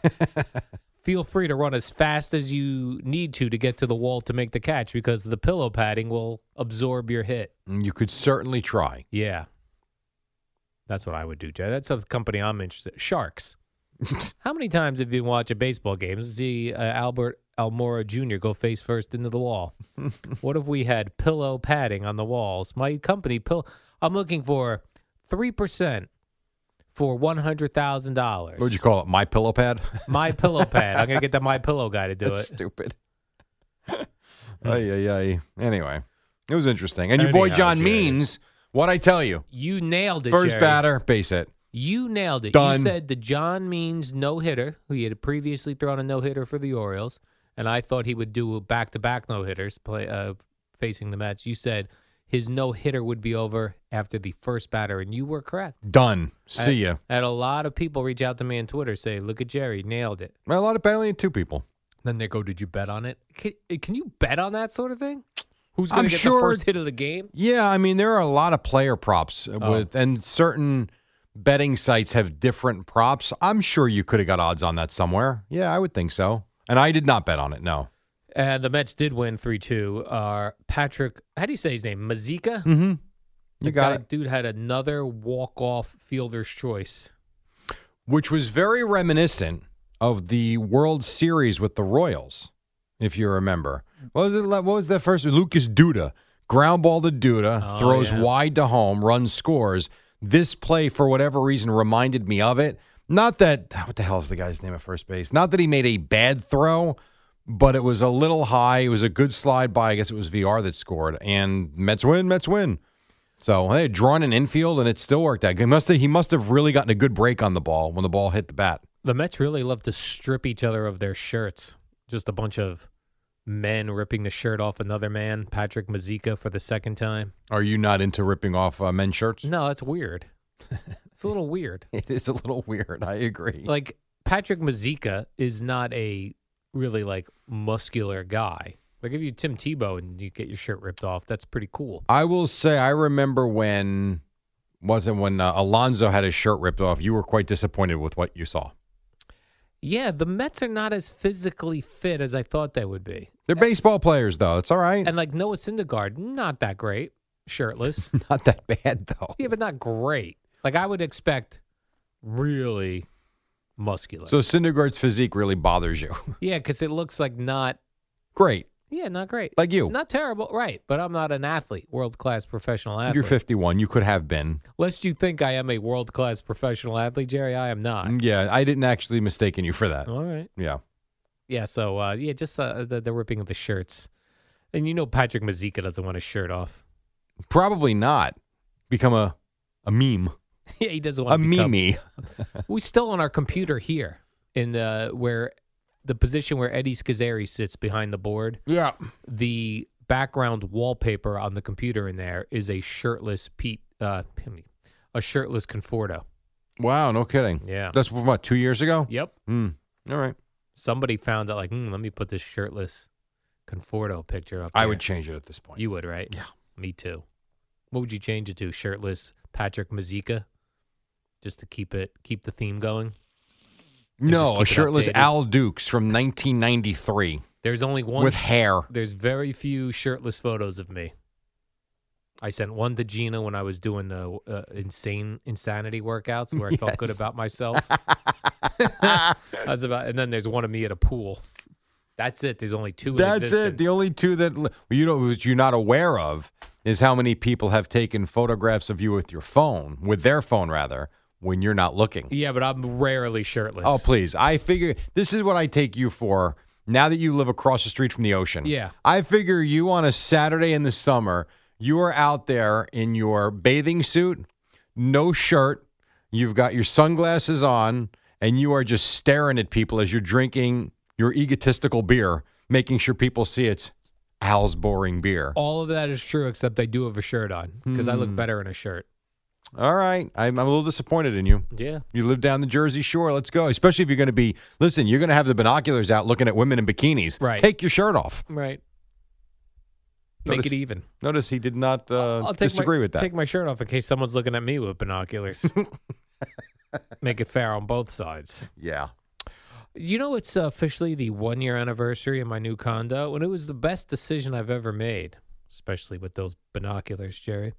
[SPEAKER 2] Feel free to run as fast as you need to to get to the wall to make the catch because the pillow padding will absorb your hit.
[SPEAKER 1] You could certainly try.
[SPEAKER 2] Yeah. That's what I would do, Jay. That's a company I'm interested
[SPEAKER 1] (laughs)
[SPEAKER 2] Sharks. How many times have you been watching baseball games and see uh, Albert Almora Jr. go face first into the
[SPEAKER 1] (laughs)
[SPEAKER 2] wall? what if we had pillow padding on the walls? My company, pill- I'm looking for 3% for $100,000.
[SPEAKER 1] What would you call it? My pillow pad? (laughs)
[SPEAKER 2] My pillow pad. I'm going to get that My Pillow guy to do
[SPEAKER 1] That's
[SPEAKER 2] it. (laughs)
[SPEAKER 1] stupid. ay, ay, ay. Anyway, it was interesting. And your boy
[SPEAKER 2] Anyhow,
[SPEAKER 1] John
[SPEAKER 2] Jerry.
[SPEAKER 1] Means, what I tell you,
[SPEAKER 2] You nailed it,
[SPEAKER 1] first
[SPEAKER 2] Jerry.
[SPEAKER 1] batter, base hit.
[SPEAKER 2] You nailed it.
[SPEAKER 1] Done.
[SPEAKER 2] You said the John Means no hitter, who he had previously thrown a no hitter for the Orioles, and I thought he would do back to back no hitters play uh, facing the Mets. You said his no hitter would be over after the first batter, and you were correct.
[SPEAKER 1] Done. See
[SPEAKER 2] I-
[SPEAKER 1] ya.
[SPEAKER 2] I had a lot of people reach out to me on Twitter say, "Look at Jerry, nailed it."
[SPEAKER 1] Well, a lot of apparently two people.
[SPEAKER 2] Then they go, "Did you bet on it? Can, uh, can you bet on that sort of thing? Who's
[SPEAKER 1] I'm
[SPEAKER 2] going to get
[SPEAKER 1] sure-
[SPEAKER 2] the first hit of the game?"
[SPEAKER 1] Yeah, I mean there are a lot of player props uh,
[SPEAKER 2] Oh.
[SPEAKER 1] with, and certain betting sites have different props. I'm sure you could have got odds on that somewhere. Yeah, I would think so. And I did not bet on it. No.
[SPEAKER 2] And the Mets did win three two. Are Patrick? How do you say his name? Mazika.
[SPEAKER 1] Mm-hmm.
[SPEAKER 2] The
[SPEAKER 1] You got
[SPEAKER 2] guy-
[SPEAKER 1] it.
[SPEAKER 2] Dude had another walk-off fielder's choice.
[SPEAKER 1] which was very reminiscent of the World Series with the Royals, if you remember. What was it? What was that first? Lucas Duda, ground ball to Duda,
[SPEAKER 2] Oh,
[SPEAKER 1] throws
[SPEAKER 2] yeah.
[SPEAKER 1] wide to home, runs scores. This play, for whatever reason, reminded me of it. Not that what the hell is the guy's name at first base? Not that he made a bad throw, but it was a little high. It was a good slide by. I guess it was VR that scored, and Mets win. Mets win. So they had drawn an infield, and it still worked out. He must have, he must have really gotten a good break on the ball when the ball hit the bat.
[SPEAKER 2] The Mets really love to strip each other of their shirts. Just a bunch of men ripping the shirt off another man. Patrick Mazika for the second time.
[SPEAKER 1] Are you not into ripping off uh, men's shirts?
[SPEAKER 2] No, that's weird. It's a little weird.
[SPEAKER 1] (laughs) It is a little weird. I agree.
[SPEAKER 2] Like Patrick Mazika is not a really like muscular guy. Like if you Tim Tebow and you get your shirt ripped off, that's pretty cool.
[SPEAKER 1] I will say, I remember when wasn't when uh, Alonzo had his shirt ripped off. You were quite disappointed with what you saw.
[SPEAKER 2] Yeah, the Mets are not as physically fit as I thought they would be.
[SPEAKER 1] They're baseball players, though. It's all right.
[SPEAKER 2] And like Noah Syndergaard, not that great, shirtless.
[SPEAKER 1] (laughs) not that bad, though.
[SPEAKER 2] yeah, but not great. Like I would expect, really muscular.
[SPEAKER 1] So Syndergaard's physique really bothers you. (laughs)
[SPEAKER 2] yeah, because it looks like not.
[SPEAKER 1] Great.
[SPEAKER 2] Yeah, not great.
[SPEAKER 1] Like you.
[SPEAKER 2] Not terrible, right? But I'm not an athlete, world class professional athlete.
[SPEAKER 1] You're 51. You could have been.
[SPEAKER 2] Lest you think I am a world class professional athlete, Jerry. I am not.
[SPEAKER 1] Yeah, I didn't actually mistaken you for that.
[SPEAKER 2] All right.
[SPEAKER 1] Yeah.
[SPEAKER 2] Yeah. So uh, yeah, just uh, the, the ripping of the shirts, and you know Patrick Mazika doesn't want his shirt off. (laughs)
[SPEAKER 1] Probably not become a a meme.
[SPEAKER 2] yeah, he doesn't want
[SPEAKER 1] A
[SPEAKER 2] to become-
[SPEAKER 1] meme.
[SPEAKER 2] We still on our computer here in the where the position where Eddie Scazzeri sits behind the board.
[SPEAKER 1] Yeah.
[SPEAKER 2] The background wallpaper on the computer in there is a shirtless Pete, uh, pardon me, a shirtless Conforto.
[SPEAKER 1] Wow, no kidding.
[SPEAKER 2] Yeah.
[SPEAKER 1] That's from what, two years ago?
[SPEAKER 2] Yep.
[SPEAKER 1] Hmm. All right.
[SPEAKER 2] Somebody found out like, hmm, let me put this shirtless Conforto picture up.
[SPEAKER 1] I
[SPEAKER 2] here."
[SPEAKER 1] would change it at this point.
[SPEAKER 2] You would, right? Yeah. Me too. What would you change it to? Shirtless Patrick Mazika, just to keep it keep the theme going.
[SPEAKER 1] no,
[SPEAKER 2] just
[SPEAKER 1] a
[SPEAKER 2] keep it
[SPEAKER 1] shirtless
[SPEAKER 2] updated.
[SPEAKER 1] Al Dukes from 1993
[SPEAKER 2] There's only one
[SPEAKER 1] with hair.
[SPEAKER 2] There's very few shirtless photos of me. I sent one to Gina when I was doing the uh, insane insanity workouts where I felt good about
[SPEAKER 1] (laughs)
[SPEAKER 2] myself. I was about, and then there's one of me at a pool. That's it. There's only two. in
[SPEAKER 1] That's it. The
[SPEAKER 2] existence.
[SPEAKER 1] only two that li- you don't, that you're not aware of is how many people have taken photographs of you with your phone, with their phone rather, when you're not looking.
[SPEAKER 2] Yeah, but I'm rarely shirtless.
[SPEAKER 1] Oh, please. I figure this is what I take you for now that you live across the street from the ocean.
[SPEAKER 2] Yeah.
[SPEAKER 1] I figure you on a Saturday in the summer, you are out there in your bathing suit, no shirt, you've got your sunglasses on, and you are just staring at people as you're drinking your egotistical beer, making sure people see it's Al's boring beer.
[SPEAKER 2] All of that is true, except I do have a shirt on because I
[SPEAKER 1] Hmm.
[SPEAKER 2] look better in a shirt.
[SPEAKER 1] All right. I'm, I'm a little disappointed in you.
[SPEAKER 2] Yeah.
[SPEAKER 1] You live down the Jersey Shore. Let's go. Especially if you're going to be, listen, you're going to have the binoculars out looking at women in bikinis.
[SPEAKER 2] Right.
[SPEAKER 1] Take your shirt off.
[SPEAKER 2] Right. Make
[SPEAKER 1] Notice-
[SPEAKER 2] it even.
[SPEAKER 1] Notice he did not uh,
[SPEAKER 2] I'll take
[SPEAKER 1] disagree
[SPEAKER 2] my,
[SPEAKER 1] with that.
[SPEAKER 2] Take my shirt off in case someone's looking at me with
[SPEAKER 1] (laughs)
[SPEAKER 2] binoculars. Make it fair on both sides.
[SPEAKER 1] yeah.
[SPEAKER 2] You know, it's officially the one year anniversary of my new condo, and it was the best decision I've ever made, especially with those binoculars, Jerry.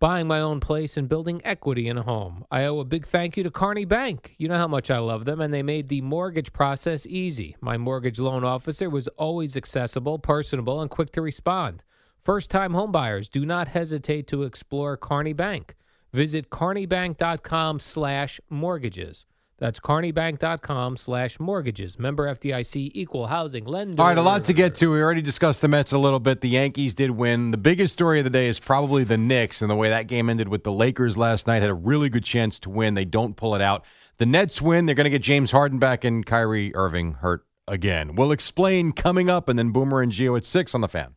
[SPEAKER 2] Buying my own place and building equity in a home. I owe a big thank you to Carney Bank. You know how much I love them, and they made the mortgage process easy. My mortgage loan officer was always accessible, personable, and quick to respond. First time homebuyers, do not hesitate to explore Carney Bank. Visit carneybank.com slash mortgages. That's carneybank.com slash mortgages. Member FDIC equal housing lender.
[SPEAKER 1] All right, a lot to get to. We already discussed the Mets a little bit. The Yankees did win. The biggest story of the day is probably the Knicks and the way that game ended with the Lakers last night. Had a really good chance to win. They don't pull it out. The Nets win. They're going to get James Harden back and Kyrie Irving hurt again. We'll explain coming up, and then Boomer and Geo at six on the fan.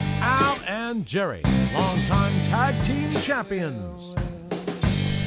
[SPEAKER 3] Al and Jerry, longtime tag team champions.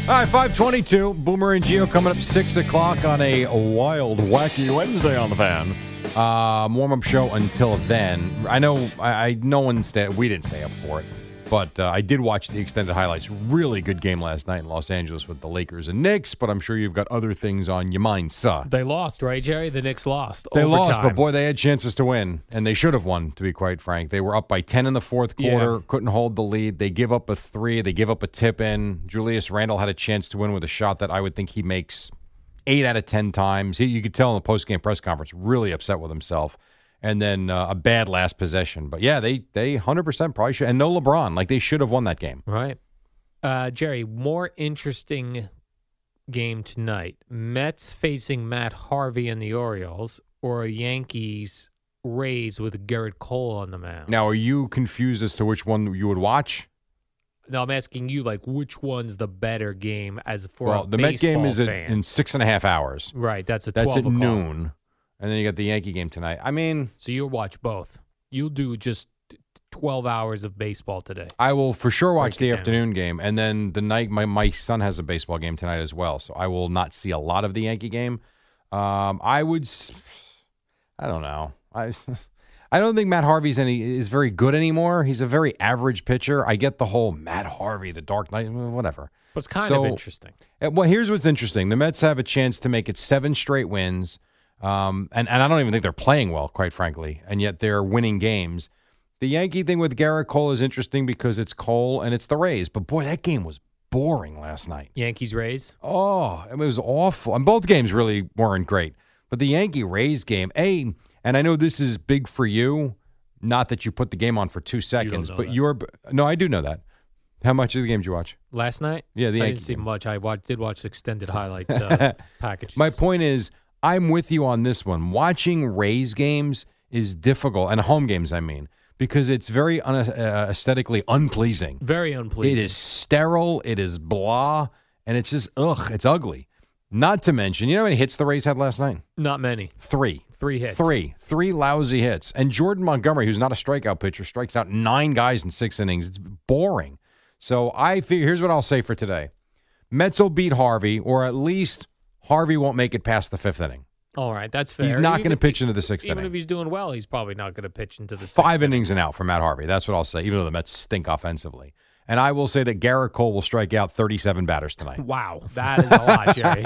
[SPEAKER 1] All right, 522. Boomer and Geo coming up 6 o'clock on a wild, wacky Wednesday on the fan. Um, warm up show until then. I know I, I no one stayed, we didn't stay up for it, but uh, I did watch the extended highlights. Really good game last night in Los Angeles with the Lakers and Knicks, but I'm sure you've got other things on your mind, sir.
[SPEAKER 2] They lost, right, Jerry? The Knicks lost.
[SPEAKER 1] They lost, but
[SPEAKER 2] Overtime.
[SPEAKER 1] boy, they had chances to win, and they should have won, to be quite frank. They were up by 10 in the fourth quarter,
[SPEAKER 2] Yeah.
[SPEAKER 1] couldn't hold the lead. They give up a three, they give up a tip in. Julius Randle had a chance to win with a shot that I would think he makes eight out of 10 times. He, you could tell in the postgame press conference, really upset with himself. And then uh, a bad last possession. But yeah, they, they 100% probably should. And no LeBron. Like, they should have won that game.
[SPEAKER 2] Right. Uh, Jerry, more interesting game tonight. Mets facing Matt Harvey and the Orioles or Yankees Rays with Garrett Cole on the mound.
[SPEAKER 1] Now, are you confused as to which one you would watch?
[SPEAKER 2] Now I'm asking you like which one's the better game as for
[SPEAKER 1] well,
[SPEAKER 2] a
[SPEAKER 1] the Met game
[SPEAKER 2] baseball
[SPEAKER 1] is at-
[SPEAKER 2] fan.
[SPEAKER 1] in six and a half hours.
[SPEAKER 2] right, that's at
[SPEAKER 1] That's
[SPEAKER 2] 12
[SPEAKER 1] at
[SPEAKER 2] o'clock.
[SPEAKER 1] noon. And then you got the Yankee game tonight. I mean,
[SPEAKER 2] So you'll watch both. You'll do just t- 12 hours of baseball today.
[SPEAKER 1] I will for sure
[SPEAKER 2] Break
[SPEAKER 1] watch
[SPEAKER 2] it
[SPEAKER 1] the
[SPEAKER 2] down.
[SPEAKER 1] afternoon game. And then the night, my, my son has a baseball game tonight as well. So I will not see a lot of the Yankee game. Um, I would, s- I don't know. I, (laughs) I don't think Matt Harvey's any is very good anymore. He's a very average pitcher. I get the whole Matt Harvey, the Dark Knight, whatever.
[SPEAKER 2] But it's kind
[SPEAKER 1] So-
[SPEAKER 2] of interesting.
[SPEAKER 1] Uh, Well, here's what's interesting: the Mets have a chance to make it seven straight wins, um, and and I don't even think they're playing well, quite frankly, and yet they're winning games. The Yankee thing with Garrett Cole is interesting because it's Cole and it's the Rays, but boy, that game was boring last night.
[SPEAKER 2] Yankees Rays.
[SPEAKER 1] Oh, it was awful. And both games really weren't great. But the Yankee Rays game, A, and I know this is big for you, not that you put the game on for two seconds,
[SPEAKER 2] know
[SPEAKER 1] but
[SPEAKER 2] that.
[SPEAKER 1] you're, no, I do know that. How much of the game did you watch?
[SPEAKER 2] Last night,
[SPEAKER 1] Yeah, the
[SPEAKER 2] I
[SPEAKER 1] Yankee
[SPEAKER 2] didn't see
[SPEAKER 1] game.
[SPEAKER 2] much. I watched, did watch the extended highlight
[SPEAKER 1] (laughs)
[SPEAKER 2] uh, package.
[SPEAKER 1] My point is, I'm with you on this one. Watching Rays games is difficult, and home games, I mean, because it's very un- uh, aesthetically unpleasing.
[SPEAKER 2] Very unpleasing.
[SPEAKER 1] It is sterile. It is blah, and it's just ugh. It's ugly. Not to mention, you know how many hits the Rays had last night?
[SPEAKER 2] Not many.
[SPEAKER 1] Three.
[SPEAKER 2] Three hits.
[SPEAKER 1] Three. Three lousy hits. And Jordan Montgomery, who's not a strikeout pitcher, strikes out nine guys in six innings. It's boring. So I figure here's what I'll say for today. Mets will beat Harvey, or at least Harvey won't make it past the fifth inning.
[SPEAKER 2] All right, that's fair.
[SPEAKER 1] He's not going to
[SPEAKER 2] Even-
[SPEAKER 1] pitch into the sixth
[SPEAKER 2] Even
[SPEAKER 1] inning.
[SPEAKER 2] if he's doing well, he's probably not going to pitch into the sixth.
[SPEAKER 1] Five innings and out for Matt Harvey. That's what I'll say, even though the Mets stink offensively. And I will say that Garrett Cole will strike out 37 batters tonight.
[SPEAKER 2] Wow, that is a lot, Jerry.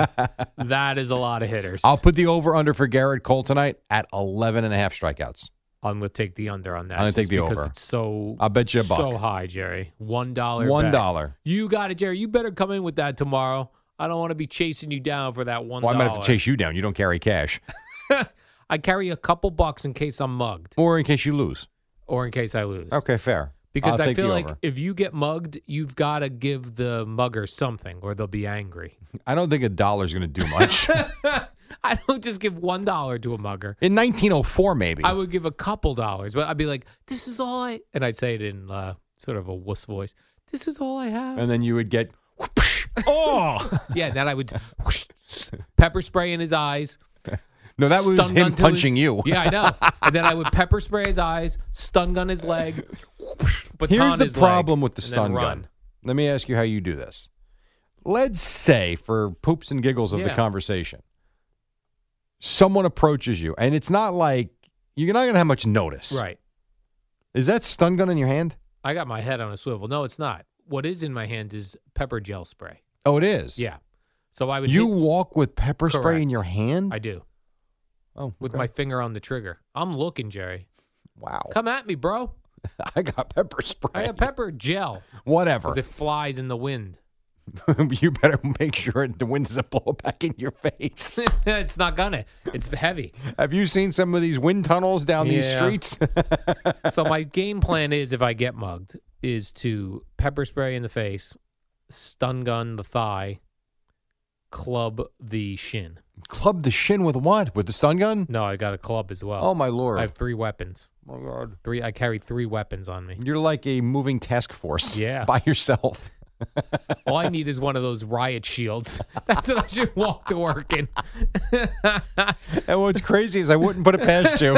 [SPEAKER 1] (laughs)
[SPEAKER 2] that is a lot of hitters.
[SPEAKER 1] I'll put the over under for Garrett Cole tonight at 11 and a half strikeouts.
[SPEAKER 2] I'm going to take the under on that.
[SPEAKER 1] I'm gonna take
[SPEAKER 2] just
[SPEAKER 1] the
[SPEAKER 2] because
[SPEAKER 1] over.
[SPEAKER 2] It's so
[SPEAKER 1] I'll bet you a buck.
[SPEAKER 2] so high, Jerry. One dollar.
[SPEAKER 1] One
[SPEAKER 2] bet.
[SPEAKER 1] dollar.
[SPEAKER 2] You got it, Jerry. You better come in with that tomorrow. I don't want to be chasing you down for that one.
[SPEAKER 1] Well, I might have to chase you down. You don't carry cash.
[SPEAKER 2] I carry a couple bucks in case I'm mugged
[SPEAKER 1] Or in case you lose.
[SPEAKER 2] or in case I lose.
[SPEAKER 1] Okay, fair.
[SPEAKER 2] Because
[SPEAKER 1] I'll
[SPEAKER 2] I
[SPEAKER 1] take
[SPEAKER 2] feel
[SPEAKER 1] the
[SPEAKER 2] like
[SPEAKER 1] over.
[SPEAKER 2] if you get mugged, you've got to give the mugger something, or they'll be angry. (laughs)
[SPEAKER 1] I don't think a dollar's going to do much.
[SPEAKER 2] I don't just give one dollar to a mugger.
[SPEAKER 1] in 1904, maybe.
[SPEAKER 2] I would give a couple dollars, but I'd be like, "This is all I," and I'd say it in uh, sort of a wuss voice. This is all I have.
[SPEAKER 1] and then you
[SPEAKER 2] (laughs)
[SPEAKER 1] would get. Oh
[SPEAKER 2] yeah, then I would (laughs) whoosh, pepper spray in his eyes.
[SPEAKER 1] no! That was
[SPEAKER 2] stun
[SPEAKER 1] him
[SPEAKER 2] gun to his-
[SPEAKER 1] punching you.
[SPEAKER 2] Yeah, I
[SPEAKER 1] (laughs)
[SPEAKER 2] know. and then I would pepper spray his eyes, stun gun his leg. whoosh,
[SPEAKER 1] Here's
[SPEAKER 2] baton
[SPEAKER 1] the
[SPEAKER 2] his leg,
[SPEAKER 1] problem with the
[SPEAKER 2] and then
[SPEAKER 1] stun
[SPEAKER 2] run.
[SPEAKER 1] gun. Let me ask you how you do this. Let's say, for poops and giggles of the
[SPEAKER 2] Yeah.
[SPEAKER 1] conversation, someone approaches you, and it's not like you're not going to have much notice.
[SPEAKER 2] Right.
[SPEAKER 1] Is that stun gun in your hand?
[SPEAKER 2] I got my head on a swivel. No, it's not. What is in my hand is pepper gel spray.
[SPEAKER 1] Oh, it is.
[SPEAKER 2] Yeah. So I would
[SPEAKER 1] You
[SPEAKER 2] hit-
[SPEAKER 1] walk with pepper spray in
[SPEAKER 2] Correct.
[SPEAKER 1] your hand.
[SPEAKER 2] I do
[SPEAKER 1] oh,
[SPEAKER 2] with
[SPEAKER 1] okay. Oh.
[SPEAKER 2] my finger on the trigger. I'm looking, Jerry.
[SPEAKER 1] wow.
[SPEAKER 2] Come at me, bro.
[SPEAKER 1] (laughs) I got pepper spray.
[SPEAKER 2] I got pepper gel
[SPEAKER 1] Whatever.
[SPEAKER 2] because it flies in the wind.
[SPEAKER 1] (laughs) you better make sure the wind doesn't blow back in your face.
[SPEAKER 2] it's not gonna. It's heavy.
[SPEAKER 1] (laughs) Have you seen some of these wind tunnels down these
[SPEAKER 2] Yeah.
[SPEAKER 1] streets?
[SPEAKER 2] So my game plan is, if I get mugged, is to pepper spray in the face, stun gun the thigh, club the shin.
[SPEAKER 1] (laughs) Club the shin with what? With the stun gun?
[SPEAKER 2] No, I got a club as well.
[SPEAKER 1] Oh my lord!
[SPEAKER 2] I have three weapons.
[SPEAKER 1] my god!
[SPEAKER 2] Three. I carry three weapons on me.
[SPEAKER 1] You're like a moving task force.
[SPEAKER 2] Yeah.
[SPEAKER 1] (laughs) By yourself.
[SPEAKER 2] All I need is one of those riot shields. (laughs) That's what I should walk to work in. (laughs)
[SPEAKER 1] and what's crazy is I wouldn't put it past you.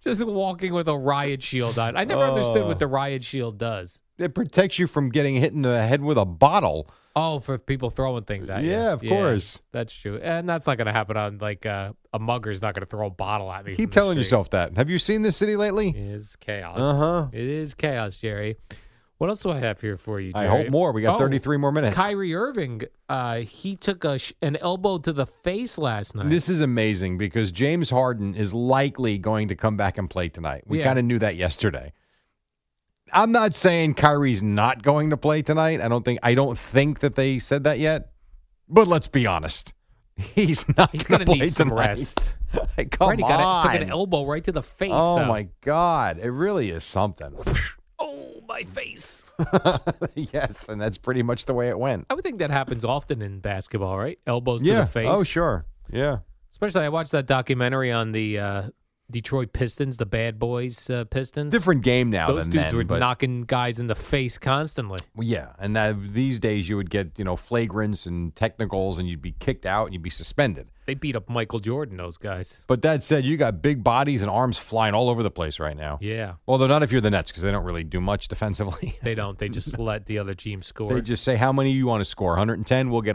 [SPEAKER 2] Just walking with a riot shield on. I never understood
[SPEAKER 1] Oh.
[SPEAKER 2] what the riot shield does.
[SPEAKER 1] (laughs) It protects you from getting hit in the head with a bottle.
[SPEAKER 2] Oh, for people throwing things at you.
[SPEAKER 1] Yeah, of course.
[SPEAKER 2] That's true. And that's not going to happen on like uh, a mugger's not going to throw a bottle at me. from
[SPEAKER 1] Keep
[SPEAKER 2] the
[SPEAKER 1] telling
[SPEAKER 2] street.
[SPEAKER 1] yourself that. Have you seen this city lately?
[SPEAKER 2] It is chaos.
[SPEAKER 1] Uh-huh.
[SPEAKER 2] It is chaos, Jerry. What else do I have here for you,
[SPEAKER 1] I
[SPEAKER 2] Jerry?
[SPEAKER 1] hope more. We got
[SPEAKER 2] Oh,
[SPEAKER 1] 33 more minutes.
[SPEAKER 2] Kyrie Irving, uh, he took a sh- an elbow to the face last night.
[SPEAKER 1] This is amazing because James Harden is likely going to come back and play tonight. We
[SPEAKER 2] Yeah.
[SPEAKER 1] kind of knew that yesterday. I'm not saying Kyrie's not going to play tonight. I don't think I don't think that they said that yet. But let's be honest. (laughs) He's not
[SPEAKER 2] He's
[SPEAKER 1] going
[SPEAKER 2] gonna
[SPEAKER 1] to play
[SPEAKER 2] need
[SPEAKER 1] tonight.
[SPEAKER 2] some rest.
[SPEAKER 1] (laughs) Like, come
[SPEAKER 2] Right, he
[SPEAKER 1] on.
[SPEAKER 2] got a, took an elbow right to the face.
[SPEAKER 1] oh
[SPEAKER 2] though.
[SPEAKER 1] my god, it really is something.
[SPEAKER 2] (laughs) Oh my face!
[SPEAKER 1] (laughs) yes, and that's pretty much the way it went.
[SPEAKER 2] I would think that happens often in basketball, right? Elbows to
[SPEAKER 1] yeah.
[SPEAKER 2] the face.
[SPEAKER 1] Oh sure. Yeah.
[SPEAKER 2] Especially, I watched that documentary on the uh, Detroit Pistons, the Bad Boys uh, Pistons.
[SPEAKER 1] Different game now
[SPEAKER 2] Those
[SPEAKER 1] than
[SPEAKER 2] dudes
[SPEAKER 1] then,
[SPEAKER 2] were
[SPEAKER 1] but-
[SPEAKER 2] knocking guys in the face constantly.
[SPEAKER 1] Well, yeah, and that, these days you would get you know flagrants and technicals, and you'd be kicked out and you'd be suspended.
[SPEAKER 2] They beat up Michael Jordan. Those guys.
[SPEAKER 1] But that said, you got big bodies and arms flying all over the place right now.
[SPEAKER 2] Yeah,
[SPEAKER 1] Although not if you're the Nets because they don't really do much defensively. (laughs)
[SPEAKER 2] they don't. They just let the other team score.
[SPEAKER 1] they just say how many you want to score. 110, we'll get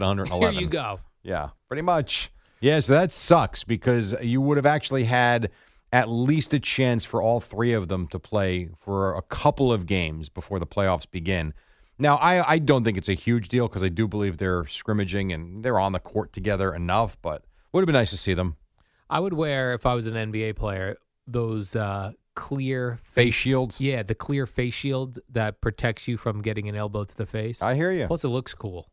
[SPEAKER 2] (laughs)
[SPEAKER 1] 111.
[SPEAKER 2] Here you go.
[SPEAKER 1] Yeah, pretty much. Yeah, so that sucks because you would have actually had at least a chance for all three of them to play for a couple of games before the playoffs begin. Now, I, I don't think it's a huge deal because I do believe they're scrimmaging and they're on the court together enough, but would have been nice to see them.
[SPEAKER 2] I would wear if I was an NBA player those uh, clear
[SPEAKER 1] Face shields.
[SPEAKER 2] Yeah, the clear face shield that protects you from getting an elbow to the face.
[SPEAKER 1] I hear you.
[SPEAKER 2] Plus, it looks cool.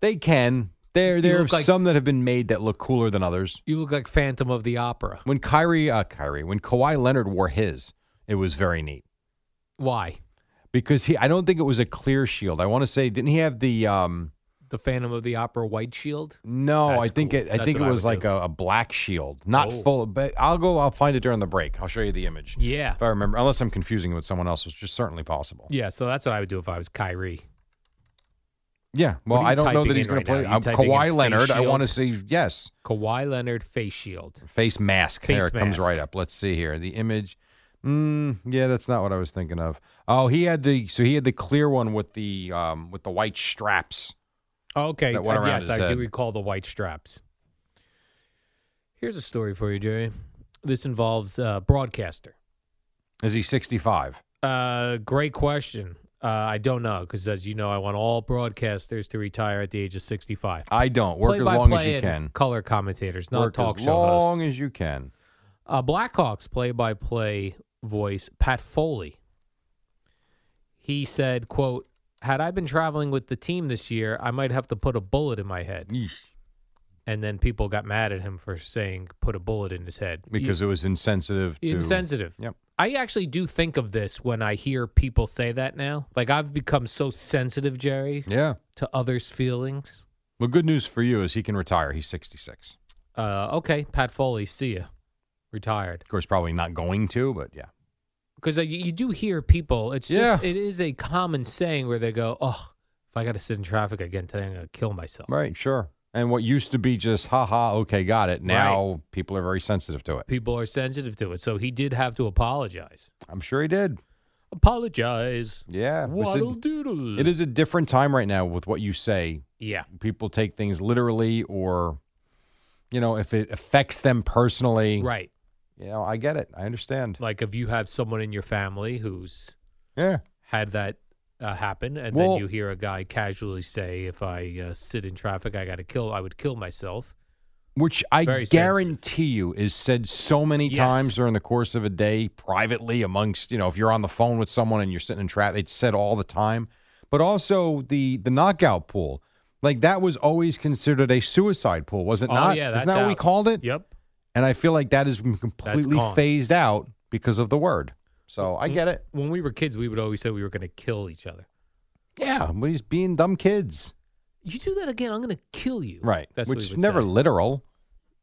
[SPEAKER 1] They can. There,
[SPEAKER 2] You
[SPEAKER 1] there are
[SPEAKER 2] look like-
[SPEAKER 1] some that have been made that look cooler than others.
[SPEAKER 2] You look like Phantom of the Opera.
[SPEAKER 1] When Kyrie, uh, Kyrie, when Kawhi Leonard wore his, it was very neat
[SPEAKER 2] Why?
[SPEAKER 1] because he. I don't think it was a clear shield. I want to say, didn't he have the? um
[SPEAKER 2] The Phantom of the Opera white shield.
[SPEAKER 1] No, I
[SPEAKER 2] That's
[SPEAKER 1] think
[SPEAKER 2] cool.
[SPEAKER 1] it. I
[SPEAKER 2] That's
[SPEAKER 1] think it
[SPEAKER 2] what I
[SPEAKER 1] was
[SPEAKER 2] would
[SPEAKER 1] like
[SPEAKER 2] do.
[SPEAKER 1] a, a black shield, not
[SPEAKER 2] Oh.
[SPEAKER 1] full. But I'll go. I'll find it during the break. I'll show you the image
[SPEAKER 2] Yeah,
[SPEAKER 1] if I remember. Unless I'm confusing it with someone else, which is certainly possible.
[SPEAKER 2] yeah. So that's what I would do if I was Kyrie.
[SPEAKER 1] Yeah.
[SPEAKER 2] What
[SPEAKER 1] Well,
[SPEAKER 2] are you
[SPEAKER 1] I don't know
[SPEAKER 2] typing
[SPEAKER 1] that he's
[SPEAKER 2] in
[SPEAKER 1] going
[SPEAKER 2] right
[SPEAKER 1] to
[SPEAKER 2] now?
[SPEAKER 1] play.
[SPEAKER 2] You
[SPEAKER 1] I'm
[SPEAKER 2] typing in face
[SPEAKER 1] Kawhi Leonard. I
[SPEAKER 2] shield?
[SPEAKER 1] want to see yes.
[SPEAKER 2] Kawhi Leonard face shield.
[SPEAKER 1] Face mask.
[SPEAKER 2] Face
[SPEAKER 1] there it comes
[SPEAKER 2] mask.
[SPEAKER 1] right up. Let's see here. The image. Mm, yeah, that's not what I was thinking of. Oh, he had the so he had the clear one with the um with the white straps.
[SPEAKER 2] Okay.
[SPEAKER 1] That went
[SPEAKER 2] uh,
[SPEAKER 1] around
[SPEAKER 2] yes,
[SPEAKER 1] his
[SPEAKER 2] I
[SPEAKER 1] head.
[SPEAKER 2] do recall the white straps. Here's a story for you, Jerry. This involves a broadcaster.
[SPEAKER 1] Is he 65?
[SPEAKER 2] Uh, great question. Uh, I don't know because, as you know, I want all broadcasters to retire at the age of 65.
[SPEAKER 1] I don't work as long as
[SPEAKER 2] Play-by-play
[SPEAKER 1] you
[SPEAKER 2] and
[SPEAKER 1] can.
[SPEAKER 2] Color commentators, not
[SPEAKER 1] work
[SPEAKER 2] talk
[SPEAKER 1] as
[SPEAKER 2] show
[SPEAKER 1] long
[SPEAKER 2] hosts.
[SPEAKER 1] as you can.
[SPEAKER 2] uh, Blackhawks play-by-play voice Pat Foley. He said, "quote Had I been traveling with the team this year, I might have to put a bullet in my head." And then people got mad at him for saying "put a bullet in his head"
[SPEAKER 1] because it was insensitive. To,
[SPEAKER 2] insensitive.
[SPEAKER 1] Yep.
[SPEAKER 2] I actually do think of this when I hear people say that now. Like I've become so sensitive, Jerry,
[SPEAKER 1] Yeah.
[SPEAKER 2] to others' feelings.
[SPEAKER 1] Well, good news for you is he can retire. He's 66.
[SPEAKER 2] Uh, okay, Pat Foley, see ya, retired.
[SPEAKER 1] Of course, probably not going to, but yeah.
[SPEAKER 2] because you, you do hear people. It's just
[SPEAKER 1] Yeah.
[SPEAKER 2] it is a common saying where they go, "Oh, if I got to sit in traffic again today, I'm gonna kill myself."
[SPEAKER 1] Right. Sure. And what used to be just ha ha, okay, got it. Now people are very sensitive to it.
[SPEAKER 2] People are sensitive to it, so he did have to apologize.
[SPEAKER 1] I'm sure he did.
[SPEAKER 2] Apologize.
[SPEAKER 1] Yeah. Listen,
[SPEAKER 2] Waddle doodle.
[SPEAKER 1] it is a different time right now with what you say.
[SPEAKER 2] Yeah.
[SPEAKER 1] People take things literally, or you know, if it affects them personally.
[SPEAKER 2] Right.
[SPEAKER 1] You know, I get it. I understand.
[SPEAKER 2] Like if you have someone in your family who's
[SPEAKER 1] Yeah.
[SPEAKER 2] had that uh, happen, and
[SPEAKER 1] Well-
[SPEAKER 2] then you hear a guy casually say, "If I uh, sit in traffic, I got to kill. I would kill myself."
[SPEAKER 1] Which I
[SPEAKER 2] Very sensitive.
[SPEAKER 1] guarantee you is said so many
[SPEAKER 2] Yes.
[SPEAKER 1] times during the course of a day, privately, amongst, you know, if you're on the phone with someone and you're sitting in traffic, it's said all the time. But also the the knockout pool, like that was always considered a suicide pool, was it
[SPEAKER 2] Oh,
[SPEAKER 1] not?
[SPEAKER 2] yeah, that's
[SPEAKER 1] Isn't that what we
[SPEAKER 2] out.
[SPEAKER 1] called it?
[SPEAKER 2] Yep.
[SPEAKER 1] And I feel like that has been completely
[SPEAKER 2] gone. Mm-hmm.
[SPEAKER 1] phased out because of the word. So I get it.
[SPEAKER 2] When we were kids, we would always say we were going to kill each other.
[SPEAKER 1] Yeah, but he's being dumb kids.
[SPEAKER 2] You do that again, I'm going to kill you.
[SPEAKER 1] Right.
[SPEAKER 2] That's what
[SPEAKER 1] Which
[SPEAKER 2] we
[SPEAKER 1] is
[SPEAKER 2] would
[SPEAKER 1] never
[SPEAKER 2] say.
[SPEAKER 1] literal.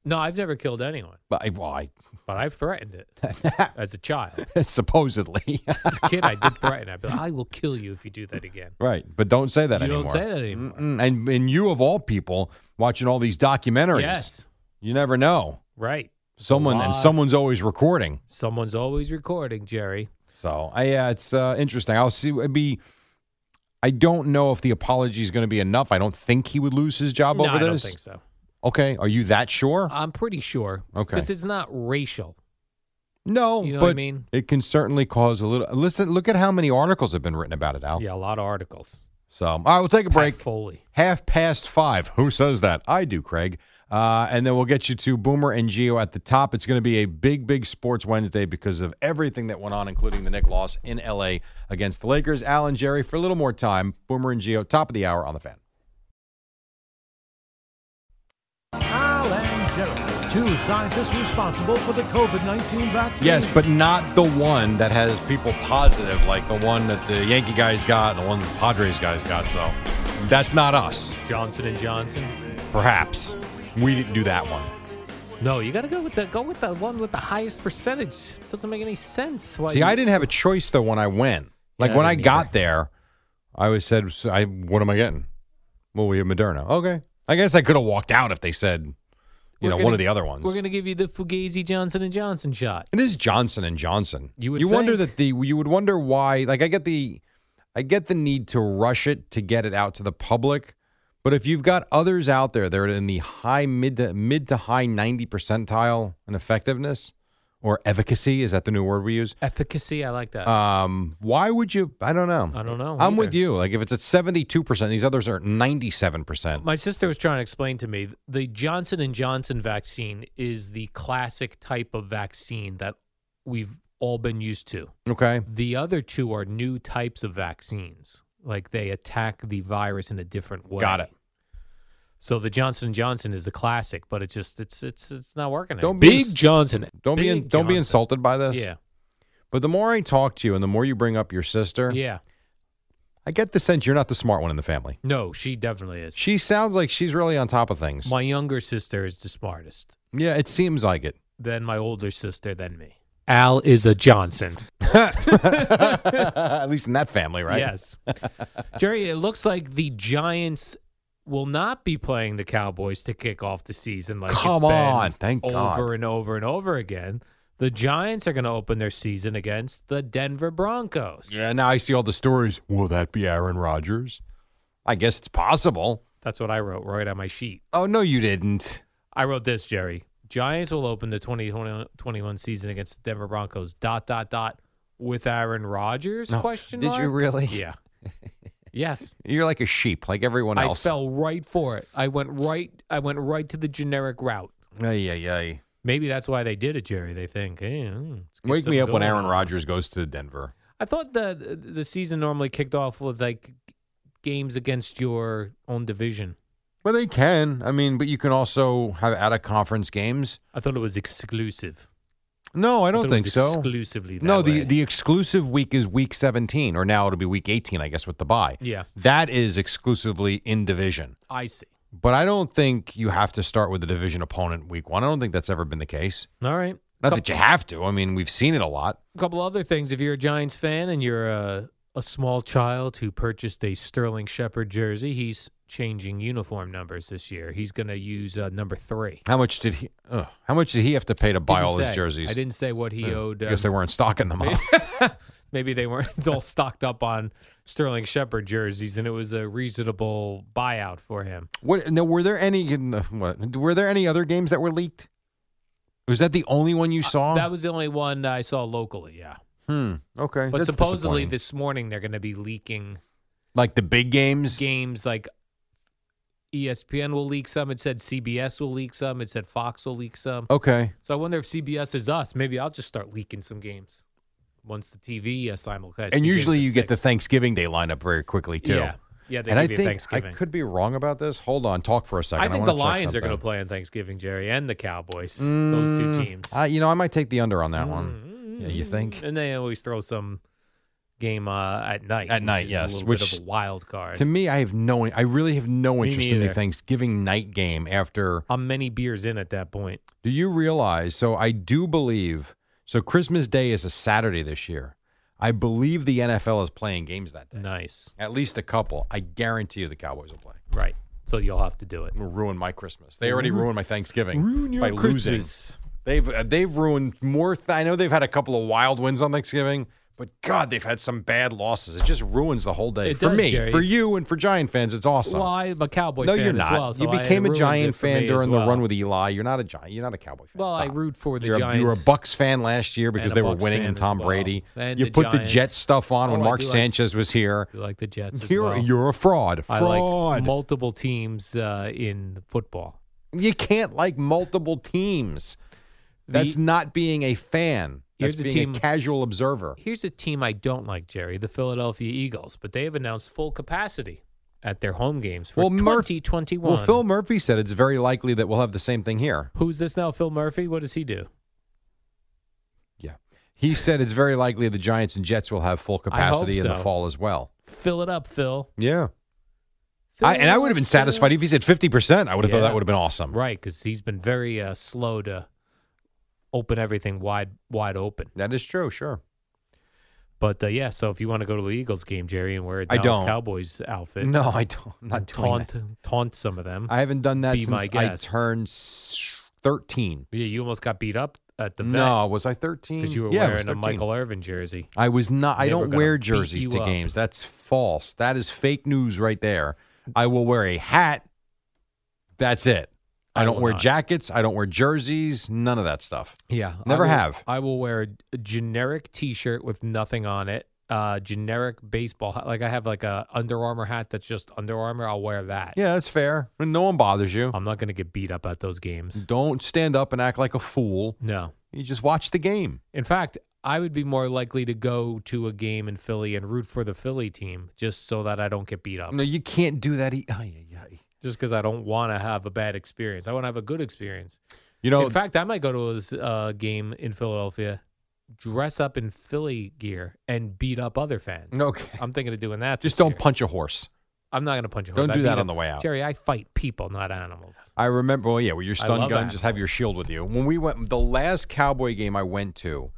[SPEAKER 2] No, I've never killed anyone,
[SPEAKER 1] But I, well, I (laughs)
[SPEAKER 2] but I've threatened it as a child.
[SPEAKER 1] supposedly. (laughs)
[SPEAKER 2] As a kid, I did threaten. I'd be like, I will kill you if you do that again.
[SPEAKER 1] Right, but don't say that
[SPEAKER 2] You don't
[SPEAKER 1] anymore.
[SPEAKER 2] say that anymore.
[SPEAKER 1] Mm-mm. And and you of all people watching all these documentaries,
[SPEAKER 2] Yes,
[SPEAKER 1] you never know.
[SPEAKER 2] right.
[SPEAKER 1] Someone and
[SPEAKER 2] Live.
[SPEAKER 1] someone's always recording.
[SPEAKER 2] Someone's always recording, Jerry.
[SPEAKER 1] So I, yeah, it's uh, interesting. I'll see. It'd be. I don't know if the apology is going to be enough. I don't think he would lose his job
[SPEAKER 2] no,
[SPEAKER 1] over
[SPEAKER 2] I
[SPEAKER 1] this.
[SPEAKER 2] don't think so. Uh,
[SPEAKER 1] Okay, are you that sure?
[SPEAKER 2] I'm pretty sure.
[SPEAKER 1] Okay.
[SPEAKER 2] because it's not racial.
[SPEAKER 1] no,
[SPEAKER 2] you know
[SPEAKER 1] but
[SPEAKER 2] what I mean?
[SPEAKER 1] it can certainly cause a little. Listen, look at how many articles have been written about it, Al.
[SPEAKER 2] Yeah, a lot of articles.
[SPEAKER 1] So all right, we'll take a break.
[SPEAKER 2] Pat Foley.
[SPEAKER 1] Half past five. Who says that? I do, Craig. Uh, and then we'll get you to Boomer and Geo at the top. It's going to be a big, big Sports Wednesday because of everything that went on, including the Nick loss in LA against the Lakers. Alan Jerry for a little more time. Boomer and Geo, top of the hour on the fan.
[SPEAKER 3] Al and Jerry, two scientists responsible for the COVID 19 vaccine.
[SPEAKER 1] Yes, but not the one that has people positive, like the one that the Yankee guys got, the one the Padres guys got. So that's not us,
[SPEAKER 2] Johnson and Johnson.
[SPEAKER 1] perhaps. We didn't do that one.
[SPEAKER 2] No, you got to go with the go with the one with the highest percentage. Doesn't make any sense. Why
[SPEAKER 1] See,
[SPEAKER 2] you-
[SPEAKER 1] I didn't have a choice though when I went. Like
[SPEAKER 2] Yeah,
[SPEAKER 1] when
[SPEAKER 2] I
[SPEAKER 1] I
[SPEAKER 2] didn't
[SPEAKER 1] got
[SPEAKER 2] either.
[SPEAKER 1] there, I was said, so "I what am I getting?" Well, we have Moderna. Okay, I guess I could have walked out if they said, you
[SPEAKER 2] We're
[SPEAKER 1] know, one
[SPEAKER 2] gonna-
[SPEAKER 1] of the other ones.
[SPEAKER 2] We're gonna give you the Fugazi Johnson and Johnson shot.
[SPEAKER 1] It is Johnson and Johnson.
[SPEAKER 2] You would
[SPEAKER 1] you wonder
[SPEAKER 2] think.
[SPEAKER 1] that the you would wonder why. Like I get the, I get the need to rush it to get it out to the public, but if you've got others out there that are in the high mid to mid to high ninety percentile in effectiveness, or efficacy. Is that the new word we use?
[SPEAKER 2] Efficacy, I like that.
[SPEAKER 1] Um, why would you? I don't know.
[SPEAKER 2] I don't know
[SPEAKER 1] I'm
[SPEAKER 2] either.
[SPEAKER 1] with you. Like if it's at seventy two percent, these others are at ninety seven percent.
[SPEAKER 2] My sister was trying to explain to me the Johnson and Johnson vaccine is the classic type of vaccine that we've all been used to.
[SPEAKER 1] Okay.
[SPEAKER 2] The other two are new types of vaccines. Like they attack the virus in a different way.
[SPEAKER 1] Got it.
[SPEAKER 2] So the Johnson and Johnson is the classic, but it's just it's it's it's not working.
[SPEAKER 1] Don't be
[SPEAKER 2] Big
[SPEAKER 1] ins-
[SPEAKER 2] Johnson.
[SPEAKER 1] Don't be in,
[SPEAKER 2] Big
[SPEAKER 1] don't be
[SPEAKER 2] Johnson.
[SPEAKER 1] insulted by this.
[SPEAKER 2] Yeah.
[SPEAKER 1] But the more I talk to you, and the more you bring up your sister,
[SPEAKER 2] Yeah.
[SPEAKER 1] I get the sense you're not the smart one in the family.
[SPEAKER 2] No, she definitely is.
[SPEAKER 1] She sounds like she's really on top of things.
[SPEAKER 2] My younger sister is the smartest.
[SPEAKER 1] yeah, it seems like it. (laughs)
[SPEAKER 2] Then my older sister, then me. Al is a Johnson.
[SPEAKER 1] At least in that family, right?
[SPEAKER 2] Yes. (laughs) Jerry, it looks like the Giants will not be playing the Cowboys to kick off the season like it's
[SPEAKER 1] Come
[SPEAKER 2] been
[SPEAKER 1] on. Thank
[SPEAKER 2] over
[SPEAKER 1] God.
[SPEAKER 2] and over and over again. The Giants are going to open their season against the Denver Broncos.
[SPEAKER 1] Yeah, now I see all the stories. Will that be Aaron Rodgers? I guess it's possible.
[SPEAKER 2] That's what I wrote right on my sheet.
[SPEAKER 1] Oh, no, you didn't.
[SPEAKER 2] I wrote this, Jerry. Giants will open the 2021 season against the Denver Broncos. Dot dot dot with Aaron Rodgers?
[SPEAKER 1] No.
[SPEAKER 2] Question
[SPEAKER 1] Did you
[SPEAKER 2] mark?
[SPEAKER 1] really? (laughs)
[SPEAKER 2] Yeah. yes.
[SPEAKER 1] You're like a sheep, like everyone
[SPEAKER 2] I
[SPEAKER 1] else.
[SPEAKER 2] fell right for it. I went right. I went right to the generic route.
[SPEAKER 1] Ay, ay, ay.
[SPEAKER 2] Maybe that's why they did it, Jerry. They think, hey, mm, let's get
[SPEAKER 1] Wake me
[SPEAKER 2] something
[SPEAKER 1] up when
[SPEAKER 2] going
[SPEAKER 1] Aaron
[SPEAKER 2] on."
[SPEAKER 1] Rodgers goes to Denver.
[SPEAKER 2] I thought the the season normally kicked off with like games against your own division.
[SPEAKER 1] Well, they can. I mean, but you can also have out of conference games.
[SPEAKER 2] I thought it was exclusive.
[SPEAKER 1] No, I don't
[SPEAKER 2] thought it
[SPEAKER 1] think
[SPEAKER 2] was
[SPEAKER 1] so.
[SPEAKER 2] Exclusively. That
[SPEAKER 1] no,
[SPEAKER 2] way.
[SPEAKER 1] the, the exclusive week is week 17, or now it'll be week 18, I guess, with the bye.
[SPEAKER 2] yeah.
[SPEAKER 1] That is exclusively in division.
[SPEAKER 2] I see.
[SPEAKER 1] But I don't think you have to start with a division opponent week one. I don't think that's ever been the case.
[SPEAKER 2] All right.
[SPEAKER 1] Not
[SPEAKER 2] Couple-
[SPEAKER 1] that you have to. I mean, we've seen it a lot.
[SPEAKER 2] A couple other things. If you're a Giants fan and you're a, a small child who purchased a Sterling Shepherd jersey, he's changing uniform numbers this year. He's going to use uh, number three.
[SPEAKER 1] How much did he? Ugh, how much did he have to pay to buy
[SPEAKER 2] Didn't
[SPEAKER 1] all
[SPEAKER 2] say.
[SPEAKER 1] his jerseys?
[SPEAKER 2] I didn't say what he
[SPEAKER 1] Yeah,
[SPEAKER 2] owed.
[SPEAKER 1] I guess they
[SPEAKER 2] um,
[SPEAKER 1] weren't stocking
[SPEAKER 2] (laughs)
[SPEAKER 1] them up.
[SPEAKER 2] maybe they weren't all stocked up on Sterling Shepherd jerseys, and it was a reasonable buyout for him.
[SPEAKER 1] what? No, were there any? in the- What, were there any other games that were leaked? Was that the only one you saw?
[SPEAKER 2] Uh, That was the only one I saw locally. Yeah,
[SPEAKER 1] Hmm. Okay.
[SPEAKER 2] but
[SPEAKER 1] that's
[SPEAKER 2] supposedly
[SPEAKER 1] disappointing.
[SPEAKER 2] this morning they're going to be leaking
[SPEAKER 1] like the big games.
[SPEAKER 2] games like. E ESPN will leak some. It said CBS will leak some. It said Fox will leak some.
[SPEAKER 1] Okay.
[SPEAKER 2] So I wonder if CBS is us. Maybe I'll just start leaking some games once the TV uh, simulcast.
[SPEAKER 1] and
[SPEAKER 2] begins
[SPEAKER 1] usually
[SPEAKER 2] at
[SPEAKER 1] you get the
[SPEAKER 2] six.
[SPEAKER 1] Thanksgiving Day lineup very quickly too.
[SPEAKER 2] Yeah, yeah. They
[SPEAKER 1] and I
[SPEAKER 2] give you
[SPEAKER 1] think I
[SPEAKER 2] Thanksgiving.
[SPEAKER 1] could be wrong about this. Hold on, talk for a second.
[SPEAKER 2] I think
[SPEAKER 1] wanna
[SPEAKER 2] the
[SPEAKER 1] check
[SPEAKER 2] Lions are going to
[SPEAKER 1] something.
[SPEAKER 2] play on Thanksgiving, Jerry, and the Cowboys. those two
[SPEAKER 1] Mm,
[SPEAKER 2] teams. Mm-hmm.
[SPEAKER 1] I, you know, I might take the under on that one. Yeah, you think?
[SPEAKER 2] And they always throw some game uh, at night.
[SPEAKER 1] At
[SPEAKER 2] which
[SPEAKER 1] night,
[SPEAKER 2] is
[SPEAKER 1] yes,
[SPEAKER 2] a little
[SPEAKER 1] which
[SPEAKER 2] bit of a wild card.
[SPEAKER 1] To me, I have no. I really have no
[SPEAKER 2] Me
[SPEAKER 1] interest in the
[SPEAKER 2] neither.
[SPEAKER 1] Thanksgiving night game. After,
[SPEAKER 2] I'm many beers in at that point.
[SPEAKER 1] do you realize? So I do believe. So Christmas Day is a Saturday this year. I believe the NFL is playing games that day.
[SPEAKER 2] Nice,
[SPEAKER 1] At least a couple. I guarantee you the Cowboys will play.
[SPEAKER 2] right? So you'll have to do it.
[SPEAKER 1] It will ruin my Christmas. They already ruined my Thanksgiving
[SPEAKER 2] Ruin your
[SPEAKER 1] by losing.
[SPEAKER 2] Christmas.
[SPEAKER 1] They've uh, they've ruined more. Th- I know they've had a couple of wild wins on Thanksgiving, but God, they've had some bad losses. It just ruins the whole day
[SPEAKER 2] It
[SPEAKER 1] for
[SPEAKER 2] does,
[SPEAKER 1] me,
[SPEAKER 2] Jerry.
[SPEAKER 1] for you, and for Giant fans. It's awesome.
[SPEAKER 2] Well, I'm a Cowboy
[SPEAKER 1] no,
[SPEAKER 2] fan
[SPEAKER 1] you're
[SPEAKER 2] as
[SPEAKER 1] not.
[SPEAKER 2] well. so I-
[SPEAKER 1] you
[SPEAKER 2] it
[SPEAKER 1] became a
[SPEAKER 2] ruins it
[SPEAKER 1] Giant
[SPEAKER 2] for
[SPEAKER 1] fan
[SPEAKER 2] me as
[SPEAKER 1] during the
[SPEAKER 2] well.
[SPEAKER 1] run with Eli. You're not a Giant. You're not a Cowboy fan.
[SPEAKER 2] Well, I
[SPEAKER 1] Stop.
[SPEAKER 2] root for the
[SPEAKER 1] You're a,
[SPEAKER 2] Giants.
[SPEAKER 1] you were a Bucks fan last year because
[SPEAKER 2] a
[SPEAKER 1] they were
[SPEAKER 2] Bucks
[SPEAKER 1] winning
[SPEAKER 2] fan
[SPEAKER 1] and
[SPEAKER 2] as
[SPEAKER 1] Tom
[SPEAKER 2] well.
[SPEAKER 1] Brady.
[SPEAKER 2] And
[SPEAKER 1] you
[SPEAKER 2] the
[SPEAKER 1] put the
[SPEAKER 2] Giants.
[SPEAKER 1] Jet stuff on when
[SPEAKER 2] Oh, I
[SPEAKER 1] Mark
[SPEAKER 2] do like-
[SPEAKER 1] Sanchez was here.
[SPEAKER 2] You like the Jets as
[SPEAKER 1] You're
[SPEAKER 2] well.
[SPEAKER 1] you're a fraud.
[SPEAKER 2] I
[SPEAKER 1] Fraud.
[SPEAKER 2] like multiple teams uh, in football.
[SPEAKER 1] You can't like multiple teams. That's
[SPEAKER 2] The-
[SPEAKER 1] not being a fan.
[SPEAKER 2] Here's
[SPEAKER 1] That's
[SPEAKER 2] a
[SPEAKER 1] being
[SPEAKER 2] team-
[SPEAKER 1] a casual observer.
[SPEAKER 2] Here's a team I don't like, Jerry, the Philadelphia Eagles, but they have announced full capacity at their home games for
[SPEAKER 1] Well, Murph-
[SPEAKER 2] 2021.
[SPEAKER 1] Well, Phil Murphy said it's very likely that we'll have the same thing here.
[SPEAKER 2] Who's this now? Phil Murphy? What does he do?
[SPEAKER 1] Yeah. He said it's very likely the Giants and Jets will have full capacity in the
[SPEAKER 2] so.
[SPEAKER 1] fall as well.
[SPEAKER 2] Fill it up, Phil.
[SPEAKER 1] Yeah. I, and I would have been satisfied if he said 50%. I would have thought
[SPEAKER 2] Yeah.
[SPEAKER 1] that would have been awesome.
[SPEAKER 2] Right, because he's been very uh, slow to open everything wide wide open.
[SPEAKER 1] That is true, sure.
[SPEAKER 2] But uh, yeah, so if you want to go to the Eagles game, Jerry, and wear a
[SPEAKER 1] I
[SPEAKER 2] Dallas
[SPEAKER 1] don't.
[SPEAKER 2] Cowboys outfit,
[SPEAKER 1] No, I don't. I'm not
[SPEAKER 2] and
[SPEAKER 1] doing
[SPEAKER 2] taunt
[SPEAKER 1] that.
[SPEAKER 2] taunt some of them.
[SPEAKER 1] I haven't done that
[SPEAKER 2] Be my
[SPEAKER 1] since I
[SPEAKER 2] guest.
[SPEAKER 1] turned s- 13.
[SPEAKER 2] yeah, you almost got beat up at the vet
[SPEAKER 1] No, was I 13?
[SPEAKER 2] because you were
[SPEAKER 1] Yeah, I was
[SPEAKER 2] wearing a
[SPEAKER 1] 13.
[SPEAKER 2] Michael Irvin jersey.
[SPEAKER 1] I was not. I
[SPEAKER 2] They were
[SPEAKER 1] don't
[SPEAKER 2] gonna
[SPEAKER 1] wear
[SPEAKER 2] beat
[SPEAKER 1] jerseys
[SPEAKER 2] you
[SPEAKER 1] to
[SPEAKER 2] up.
[SPEAKER 1] games. That's false. That is fake news right there. I will wear a hat. That's it. I, don't
[SPEAKER 2] will
[SPEAKER 1] wear
[SPEAKER 2] not.
[SPEAKER 1] jackets. I don't wear jerseys. None of that stuff.
[SPEAKER 2] Yeah,
[SPEAKER 1] Never
[SPEAKER 2] I will-
[SPEAKER 1] have.
[SPEAKER 2] I will wear a, a generic T-shirt with nothing on it. Uh, generic baseball hat. Like I have like a Under Armour hat that's just Under Armour. I'll wear that.
[SPEAKER 1] Yeah, that's fair. When no one bothers you,
[SPEAKER 2] I'm not going to get beat up at those games.
[SPEAKER 1] don't stand up and act like a fool.
[SPEAKER 2] No.
[SPEAKER 1] You just watch the game.
[SPEAKER 2] In fact, I would be more likely to go to a game in Philly and root for the Philly team just so that I don't get beat up.
[SPEAKER 1] No, you can't do that. E- ay, ay, ay.
[SPEAKER 2] Just because I don't want to have a bad experience. I want to have a good experience.
[SPEAKER 1] You know,
[SPEAKER 2] in fact, I might go to his uh, game in Philadelphia, dress up in Philly gear, and beat up other fans.
[SPEAKER 1] Okay.
[SPEAKER 2] (laughs) I'm thinking of doing that.
[SPEAKER 1] just
[SPEAKER 2] this
[SPEAKER 1] don't
[SPEAKER 2] year.
[SPEAKER 1] punch a horse.
[SPEAKER 2] I'm not going to punch a
[SPEAKER 1] Don't
[SPEAKER 2] horse. I
[SPEAKER 1] do that
[SPEAKER 2] beat
[SPEAKER 1] on
[SPEAKER 2] up-
[SPEAKER 1] the way out.
[SPEAKER 2] Jerry. I fight people, not animals.
[SPEAKER 1] I remember. Well, yeah, with your
[SPEAKER 2] I
[SPEAKER 1] stun
[SPEAKER 2] love
[SPEAKER 1] gun, just have your
[SPEAKER 2] animals.
[SPEAKER 1] shield with you. When we went, the last Cowboy game I went to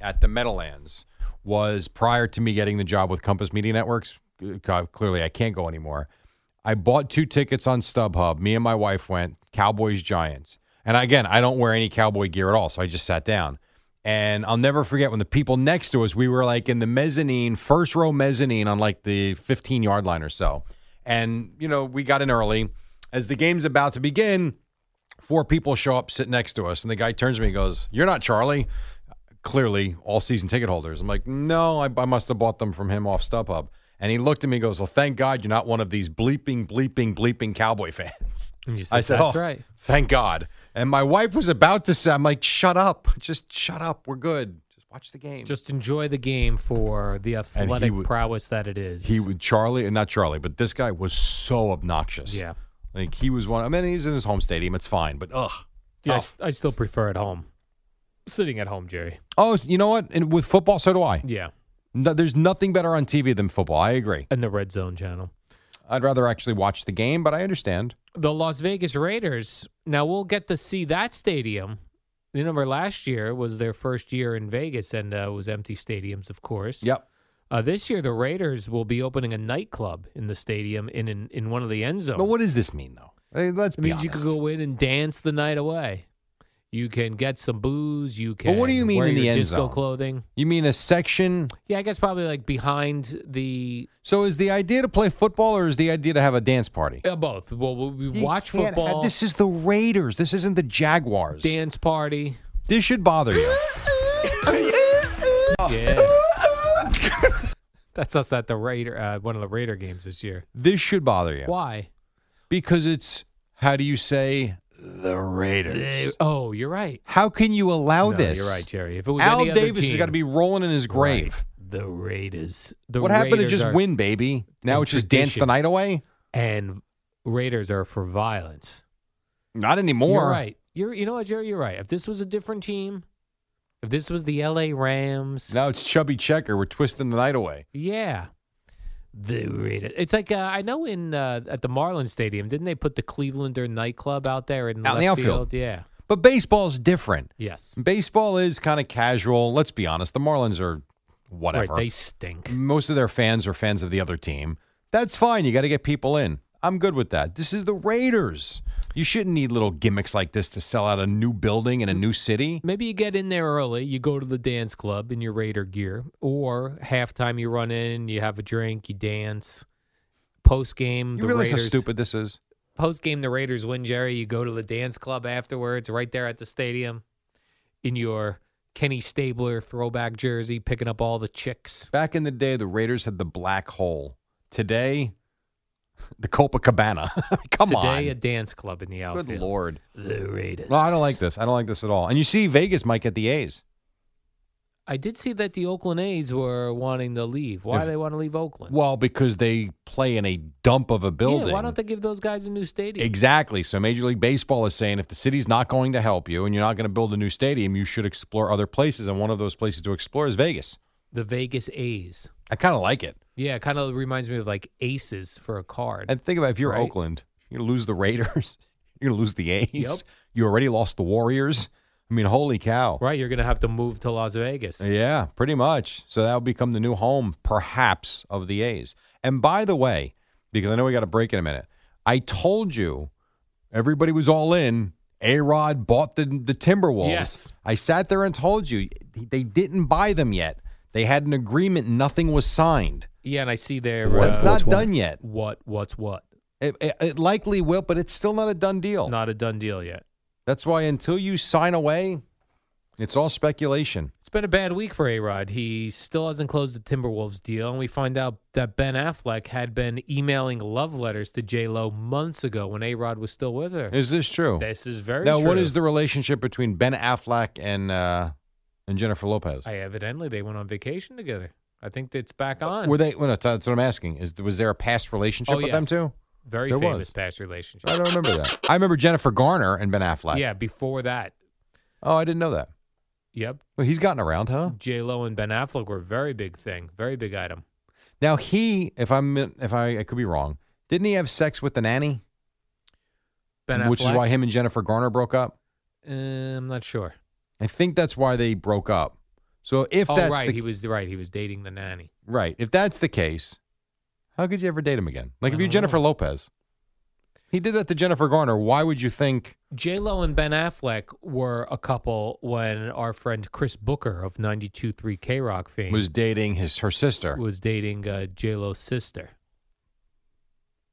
[SPEAKER 1] at the Meadowlands was prior to me getting the job with Compass Media Networks. Uh, God, Clearly, I can't go anymore. I bought two tickets on StubHub. Me and my wife went Cowboys Giants. And again, I don't wear any cowboy gear at all, so I just sat down. And I'll never forget when the people next to us, we were like in the mezzanine, first row mezzanine on like the 15 yard line or so. And, you know, we got in early. As the game's about to begin, four people show up, sit next to us. And the guy turns to me and goes, You're not Charlie. Clearly, all season ticket holders. I'm like, No, I, I must have bought them from him off StubHub. And he looked at me and goes, Well, thank God you're not one of these bleeping, bleeping, bleeping cowboy (laughs) fans.
[SPEAKER 2] And you said,
[SPEAKER 1] I said,
[SPEAKER 2] "That's
[SPEAKER 1] "Oh,
[SPEAKER 2] right."
[SPEAKER 1] thank God." And my wife was about to say, "I'm like, shut up, just shut up. We're good. Just watch the game."
[SPEAKER 2] Just enjoy the game for the athletic
[SPEAKER 1] would-
[SPEAKER 2] prowess that it is.
[SPEAKER 1] he would Charlie, and not Charlie, but this guy was so obnoxious.
[SPEAKER 2] Yeah.
[SPEAKER 1] like he was one. I mean, he's in his home stadium. It's fine, but ugh.
[SPEAKER 2] Yeah, I
[SPEAKER 1] Oh.
[SPEAKER 2] s- I, still prefer at home. Sitting at home, Jerry.
[SPEAKER 1] Oh, you know what? And with football, so do I.
[SPEAKER 2] Yeah.
[SPEAKER 1] No, there's nothing better on TV than football. I agree.
[SPEAKER 2] And the Red Zone channel.
[SPEAKER 1] I'd rather actually watch the game, but I understand.
[SPEAKER 2] The Las Vegas Raiders. Now we'll get to see that stadium. You remember last year was their first year in Vegas and uh, it was empty stadiums, of course.
[SPEAKER 1] Yep.
[SPEAKER 2] Uh, this year, the Raiders will be opening a nightclub in the stadium in in, in one of the end zones.
[SPEAKER 1] But what does this mean, though? Hey, let's
[SPEAKER 2] It
[SPEAKER 1] be
[SPEAKER 2] means you can
[SPEAKER 1] honest.
[SPEAKER 2] go in and dance the night away. You can get some booze. You can.
[SPEAKER 1] But what do you mean
[SPEAKER 2] wear
[SPEAKER 1] in the
[SPEAKER 2] your
[SPEAKER 1] end
[SPEAKER 2] disco
[SPEAKER 1] zone?
[SPEAKER 2] clothing?
[SPEAKER 1] You mean a section?
[SPEAKER 2] Yeah, I guess probably like behind the
[SPEAKER 1] So is the idea to play football, or is the idea to have a dance party?
[SPEAKER 2] uh, both. Well, we we
[SPEAKER 1] You
[SPEAKER 2] watch
[SPEAKER 1] can't have-
[SPEAKER 2] football,
[SPEAKER 1] this is the Raiders. This isn't the Jaguars.
[SPEAKER 2] dance party.
[SPEAKER 1] This should bother
[SPEAKER 2] (laughs)
[SPEAKER 1] you.
[SPEAKER 2] Yeah, that's us at the Raider uh, one of the Raider games this year.
[SPEAKER 1] This should bother you
[SPEAKER 2] Why?
[SPEAKER 1] because it's how do you say the
[SPEAKER 2] They-
[SPEAKER 1] Raiders?
[SPEAKER 2] oh, you're right.
[SPEAKER 1] How can you allow
[SPEAKER 2] No,
[SPEAKER 1] this?
[SPEAKER 2] You're right, Jerry. If it was
[SPEAKER 1] Al
[SPEAKER 2] any other
[SPEAKER 1] Davis has
[SPEAKER 2] team-
[SPEAKER 1] got to be rolling in his grave.
[SPEAKER 2] Right. The Raiders. The
[SPEAKER 1] what happened
[SPEAKER 2] Raiders
[SPEAKER 1] to just
[SPEAKER 2] are-
[SPEAKER 1] win, baby? Now
[SPEAKER 2] and
[SPEAKER 1] it's just dance the
[SPEAKER 2] tradition.
[SPEAKER 1] night away.
[SPEAKER 2] And Raiders are for violence.
[SPEAKER 1] Not anymore.
[SPEAKER 2] You're right. You're you know what, Jerry, you're right. If this was a different team, if this was the LA Rams,
[SPEAKER 1] Now it's chubby checker. We're twisting the night away.
[SPEAKER 2] yeah. The Raiders. It's like uh, I know in uh, at the Marlins Stadium, didn't they put the Clevelander nightclub out there in,
[SPEAKER 1] Out in the
[SPEAKER 2] left
[SPEAKER 1] outfield.
[SPEAKER 2] field? Yeah.
[SPEAKER 1] But baseball's different.
[SPEAKER 2] Yes.
[SPEAKER 1] Baseball is kind of casual. Let's be honest. The Marlins are whatever.
[SPEAKER 2] Right, they stink.
[SPEAKER 1] most of their fans are fans of the other team. That's fine. You got to get people in. I'm good with that. This is the Raiders. You shouldn't need little gimmicks like this to sell out a new building in a new city.
[SPEAKER 2] Maybe you get in there early, you go to the dance club in your Raider gear, or halftime you run in, you have a drink, you dance. Post game,
[SPEAKER 1] You
[SPEAKER 2] the
[SPEAKER 1] realize
[SPEAKER 2] Raiders.
[SPEAKER 1] how stupid this is?
[SPEAKER 2] post game the Raiders win, Jerry, you go to the dance club afterwards, right there at the stadium, in your Kenny Stabler throwback jersey, picking up all the chicks.
[SPEAKER 1] Back in the day, the Raiders had the black hole. Today, (laughs) the Copacabana. (laughs) Come
[SPEAKER 2] Today, a
[SPEAKER 1] on.
[SPEAKER 2] dance club in the outfield.
[SPEAKER 1] Good lord.
[SPEAKER 2] the Raiders.
[SPEAKER 1] No, I don't like this. I don't like this at all. And you see, Vegas might get the A's.
[SPEAKER 2] I did see that the Oakland A's were wanting to leave. Why
[SPEAKER 1] If-
[SPEAKER 2] they want to leave Oakland?
[SPEAKER 1] Well, because they play in a dump of a building.
[SPEAKER 2] Yeah, why don't they give those guys a new stadium?
[SPEAKER 1] Exactly. So Major League Baseball is saying if the city's not going to help you and you're not going to build a new stadium, you should explore other places. And one of those places to explore is Vegas.
[SPEAKER 2] the Vegas A's.
[SPEAKER 1] I kind of like it.
[SPEAKER 2] Yeah, it kind of reminds me of like aces for a card.
[SPEAKER 1] And think about if you're
[SPEAKER 2] Right.
[SPEAKER 1] Oakland, you're going to lose the Raiders, (laughs) you're going to lose the A's.
[SPEAKER 2] Yep.
[SPEAKER 1] You already lost the Warriors. I mean, holy cow.
[SPEAKER 2] right, you're going to have to move to Las Vegas.
[SPEAKER 1] Yeah, pretty much. So that'll become the new home, perhaps, of the A's. And by the way, because I know we got a break in a minute, I told you everybody was all in. A Rod bought the the Timberwolves.
[SPEAKER 2] Yes.
[SPEAKER 1] I sat there and told you they didn't buy them yet. They had an agreement. Nothing was signed.
[SPEAKER 2] Yeah, and I see there.
[SPEAKER 1] That's
[SPEAKER 2] uh,
[SPEAKER 1] not done yet.
[SPEAKER 2] What? What's what?
[SPEAKER 1] It, it, it likely will, but it's still not a done deal.
[SPEAKER 2] Not a done deal yet.
[SPEAKER 1] That's why until you sign away, it's all speculation.
[SPEAKER 2] It's been a bad week for A Rod. He still hasn't closed the Timberwolves deal, and we find out that Ben Affleck had been emailing love letters to J Lo months ago when A Rod was still with her.
[SPEAKER 1] Is this true?
[SPEAKER 2] This is very
[SPEAKER 1] now, what
[SPEAKER 2] true.
[SPEAKER 1] is the relationship between Ben Affleck and uh, and Jennifer Lopez?
[SPEAKER 2] I evidently they went on vacation together. I think it's back on.
[SPEAKER 1] Were they? Well, no, that's what I'm asking. Is was there a past relationship
[SPEAKER 2] Oh,
[SPEAKER 1] with
[SPEAKER 2] yes.
[SPEAKER 1] them too?
[SPEAKER 2] Very
[SPEAKER 1] There
[SPEAKER 2] famous
[SPEAKER 1] was.
[SPEAKER 2] past relationship.
[SPEAKER 1] I don't remember that. I remember Jennifer Garner and Ben Affleck.
[SPEAKER 2] Yeah, before that.
[SPEAKER 1] Oh, I didn't know that.
[SPEAKER 2] Yep.
[SPEAKER 1] Well, he's gotten around, huh?
[SPEAKER 2] J Lo and Ben Affleck were a very big thing, very big item.
[SPEAKER 1] Now he, if I'm, if I, I could be wrong, didn't he have sex with the nanny?
[SPEAKER 2] Ben Affleck.
[SPEAKER 1] Which is why him and Jennifer Garner broke up.
[SPEAKER 2] Uh, I'm not sure.
[SPEAKER 1] I think that's why they broke up. So if
[SPEAKER 2] oh,
[SPEAKER 1] that's
[SPEAKER 2] right,
[SPEAKER 1] the,
[SPEAKER 2] he was right. He was dating the nanny.
[SPEAKER 1] right, if that's the case, how could you ever date him again? Like
[SPEAKER 2] I
[SPEAKER 1] if you
[SPEAKER 2] don't
[SPEAKER 1] Jennifer
[SPEAKER 2] know.
[SPEAKER 1] Lopez, he did that to Jennifer Garner. Why would you think?
[SPEAKER 2] J Lo and Ben Affleck were a couple when our friend Chris Booker of 92.3 K Rock fame
[SPEAKER 1] was dating his her sister.
[SPEAKER 2] was dating uh, J Lo's sister,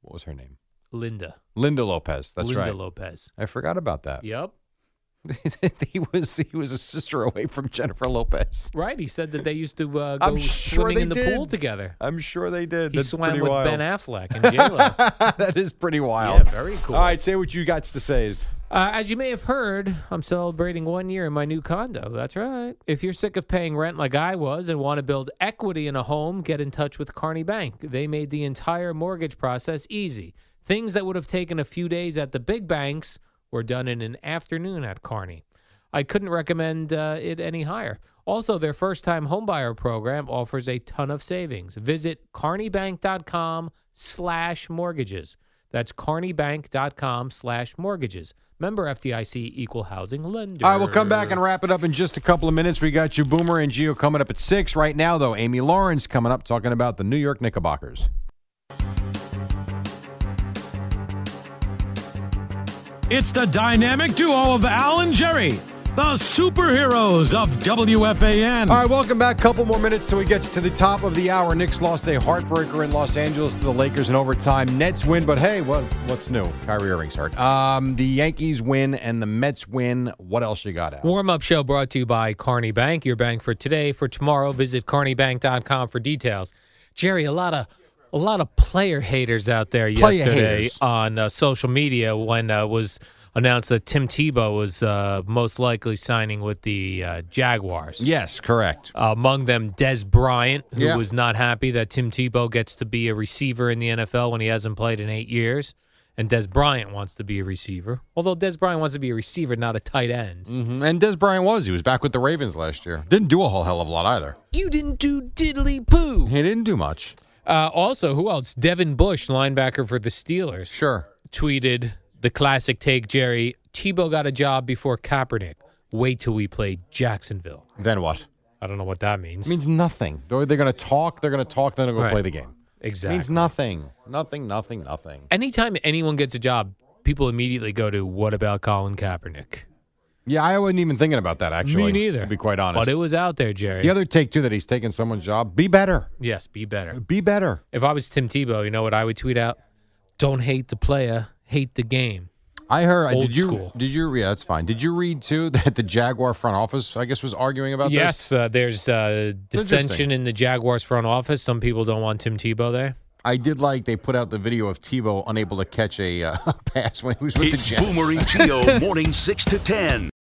[SPEAKER 1] What was her name?
[SPEAKER 2] Linda.
[SPEAKER 1] Linda Lopez. That's
[SPEAKER 2] Linda
[SPEAKER 1] right.
[SPEAKER 2] Lopez.
[SPEAKER 1] I forgot about that.
[SPEAKER 2] Yep.
[SPEAKER 1] (laughs) he was he was a sister away from Jennifer Lopez.
[SPEAKER 2] Right. He said that they used to uh,
[SPEAKER 1] I'm
[SPEAKER 2] go
[SPEAKER 1] sure
[SPEAKER 2] swimming
[SPEAKER 1] they
[SPEAKER 2] in the
[SPEAKER 1] did.
[SPEAKER 2] pool together.
[SPEAKER 1] I'm sure they did.
[SPEAKER 2] He
[SPEAKER 1] That's
[SPEAKER 2] swam
[SPEAKER 1] pretty
[SPEAKER 2] with
[SPEAKER 1] wild.
[SPEAKER 2] Ben Affleck and J Lo.
[SPEAKER 1] (laughs) that is pretty
[SPEAKER 2] yeah,
[SPEAKER 1] wild.
[SPEAKER 2] very cool.
[SPEAKER 1] All right, say what you got to say. Is
[SPEAKER 2] Uh, as you may have heard, I'm celebrating one year in my new condo. That's right. If you're sick of paying rent like I was and want to build equity in a home, get in touch with Carney Bank. They made the entire mortgage process easy. Things that would have taken a few days at the big banks were done in an afternoon at Carney. I couldn't recommend uh, it any higher. Also, their first-time homebuyer program offers a ton of savings. Visit carneybank.com slash mortgages. That's carneybank.com slash mortgages. Member FDIC equal housing lender.
[SPEAKER 1] all right, we'll come back and wrap it up in just a couple of minutes. We got you, Boomer and Geo, coming up at six. Right now, though, Amy Lawrence coming up talking about the New York Knickerbockers.
[SPEAKER 3] It's the dynamic duo of Al and Jerry, the superheroes of WFAN.
[SPEAKER 1] All right, welcome back. Couple more minutes till we get to the top of the hour. Knicks lost a heartbreaker in Los Angeles to the Lakers in overtime. Nets win, but hey, what what's new? Kyrie Irving's hurt. Um, the Yankees win and the Mets win. What else you got? Al?
[SPEAKER 2] Warm up show brought to you by Carney Bank, your bank for today. For tomorrow, visit carneybank.com for details. Jerry, a lot of a lot of player haters out there
[SPEAKER 1] Player
[SPEAKER 2] yesterday
[SPEAKER 1] haters.
[SPEAKER 2] on uh, social media when uh, was announced that Tim Tebow was uh, most likely signing with the uh, Jaguars.
[SPEAKER 1] Yes, correct.
[SPEAKER 2] Among them, Des Bryant, who
[SPEAKER 1] Yeah.
[SPEAKER 2] was not happy that Tim Tebow gets to be a receiver in the NFL when he hasn't played in eight years. And Des Bryant wants to be a receiver. Although Des Bryant wants to be a receiver, not a tight end.
[SPEAKER 1] hmm And Des Bryant was. He was back with the Ravens last year. Didn't do a whole hell of a lot either.
[SPEAKER 2] You didn't do diddly poo.
[SPEAKER 1] He didn't do much.
[SPEAKER 2] Uh, also, who else? Devin Bush, linebacker for the Steelers,
[SPEAKER 1] Sure.
[SPEAKER 2] tweeted the classic take Jerry Tebow got a job before Kaepernick. Wait till we play Jacksonville.
[SPEAKER 1] Then what?
[SPEAKER 2] I don't know what that means.
[SPEAKER 1] It means nothing. They're going to talk. They're going to talk. Then they're going
[SPEAKER 2] Right.
[SPEAKER 1] to play the game. It
[SPEAKER 2] exactly.
[SPEAKER 1] means nothing. Nothing. Nothing. Nothing.
[SPEAKER 2] Anytime anyone gets a job, people immediately go to what about Colin Kaepernick?
[SPEAKER 1] Yeah, I wasn't even thinking about that actually.
[SPEAKER 2] Me neither.
[SPEAKER 1] To be quite honest.
[SPEAKER 2] But it was out there, Jerry.
[SPEAKER 1] the other take too that he's taking someone's job. Be better.
[SPEAKER 2] yes, be better.
[SPEAKER 1] Be better.
[SPEAKER 2] If I was Tim Tebow, you know what I would tweet out? Don't hate the player, hate the game.
[SPEAKER 1] I heard. uh,
[SPEAKER 2] Old
[SPEAKER 1] did you?
[SPEAKER 2] school.
[SPEAKER 1] Did you? Yeah, that's fine. Did you read too (laughs) that the Jaguar front office, I guess, was arguing about this?
[SPEAKER 2] Yes, uh, there's uh, dissension
[SPEAKER 1] interesting.
[SPEAKER 2] in the Jaguars front office. Some people don't want Tim Tebow there.
[SPEAKER 1] I did like they put out the video of Tebow unable to catch a uh, (laughs) pass when he was with
[SPEAKER 5] It's
[SPEAKER 1] the Jets. (laughs)
[SPEAKER 5] Boomer and Geo, morning 6 to 10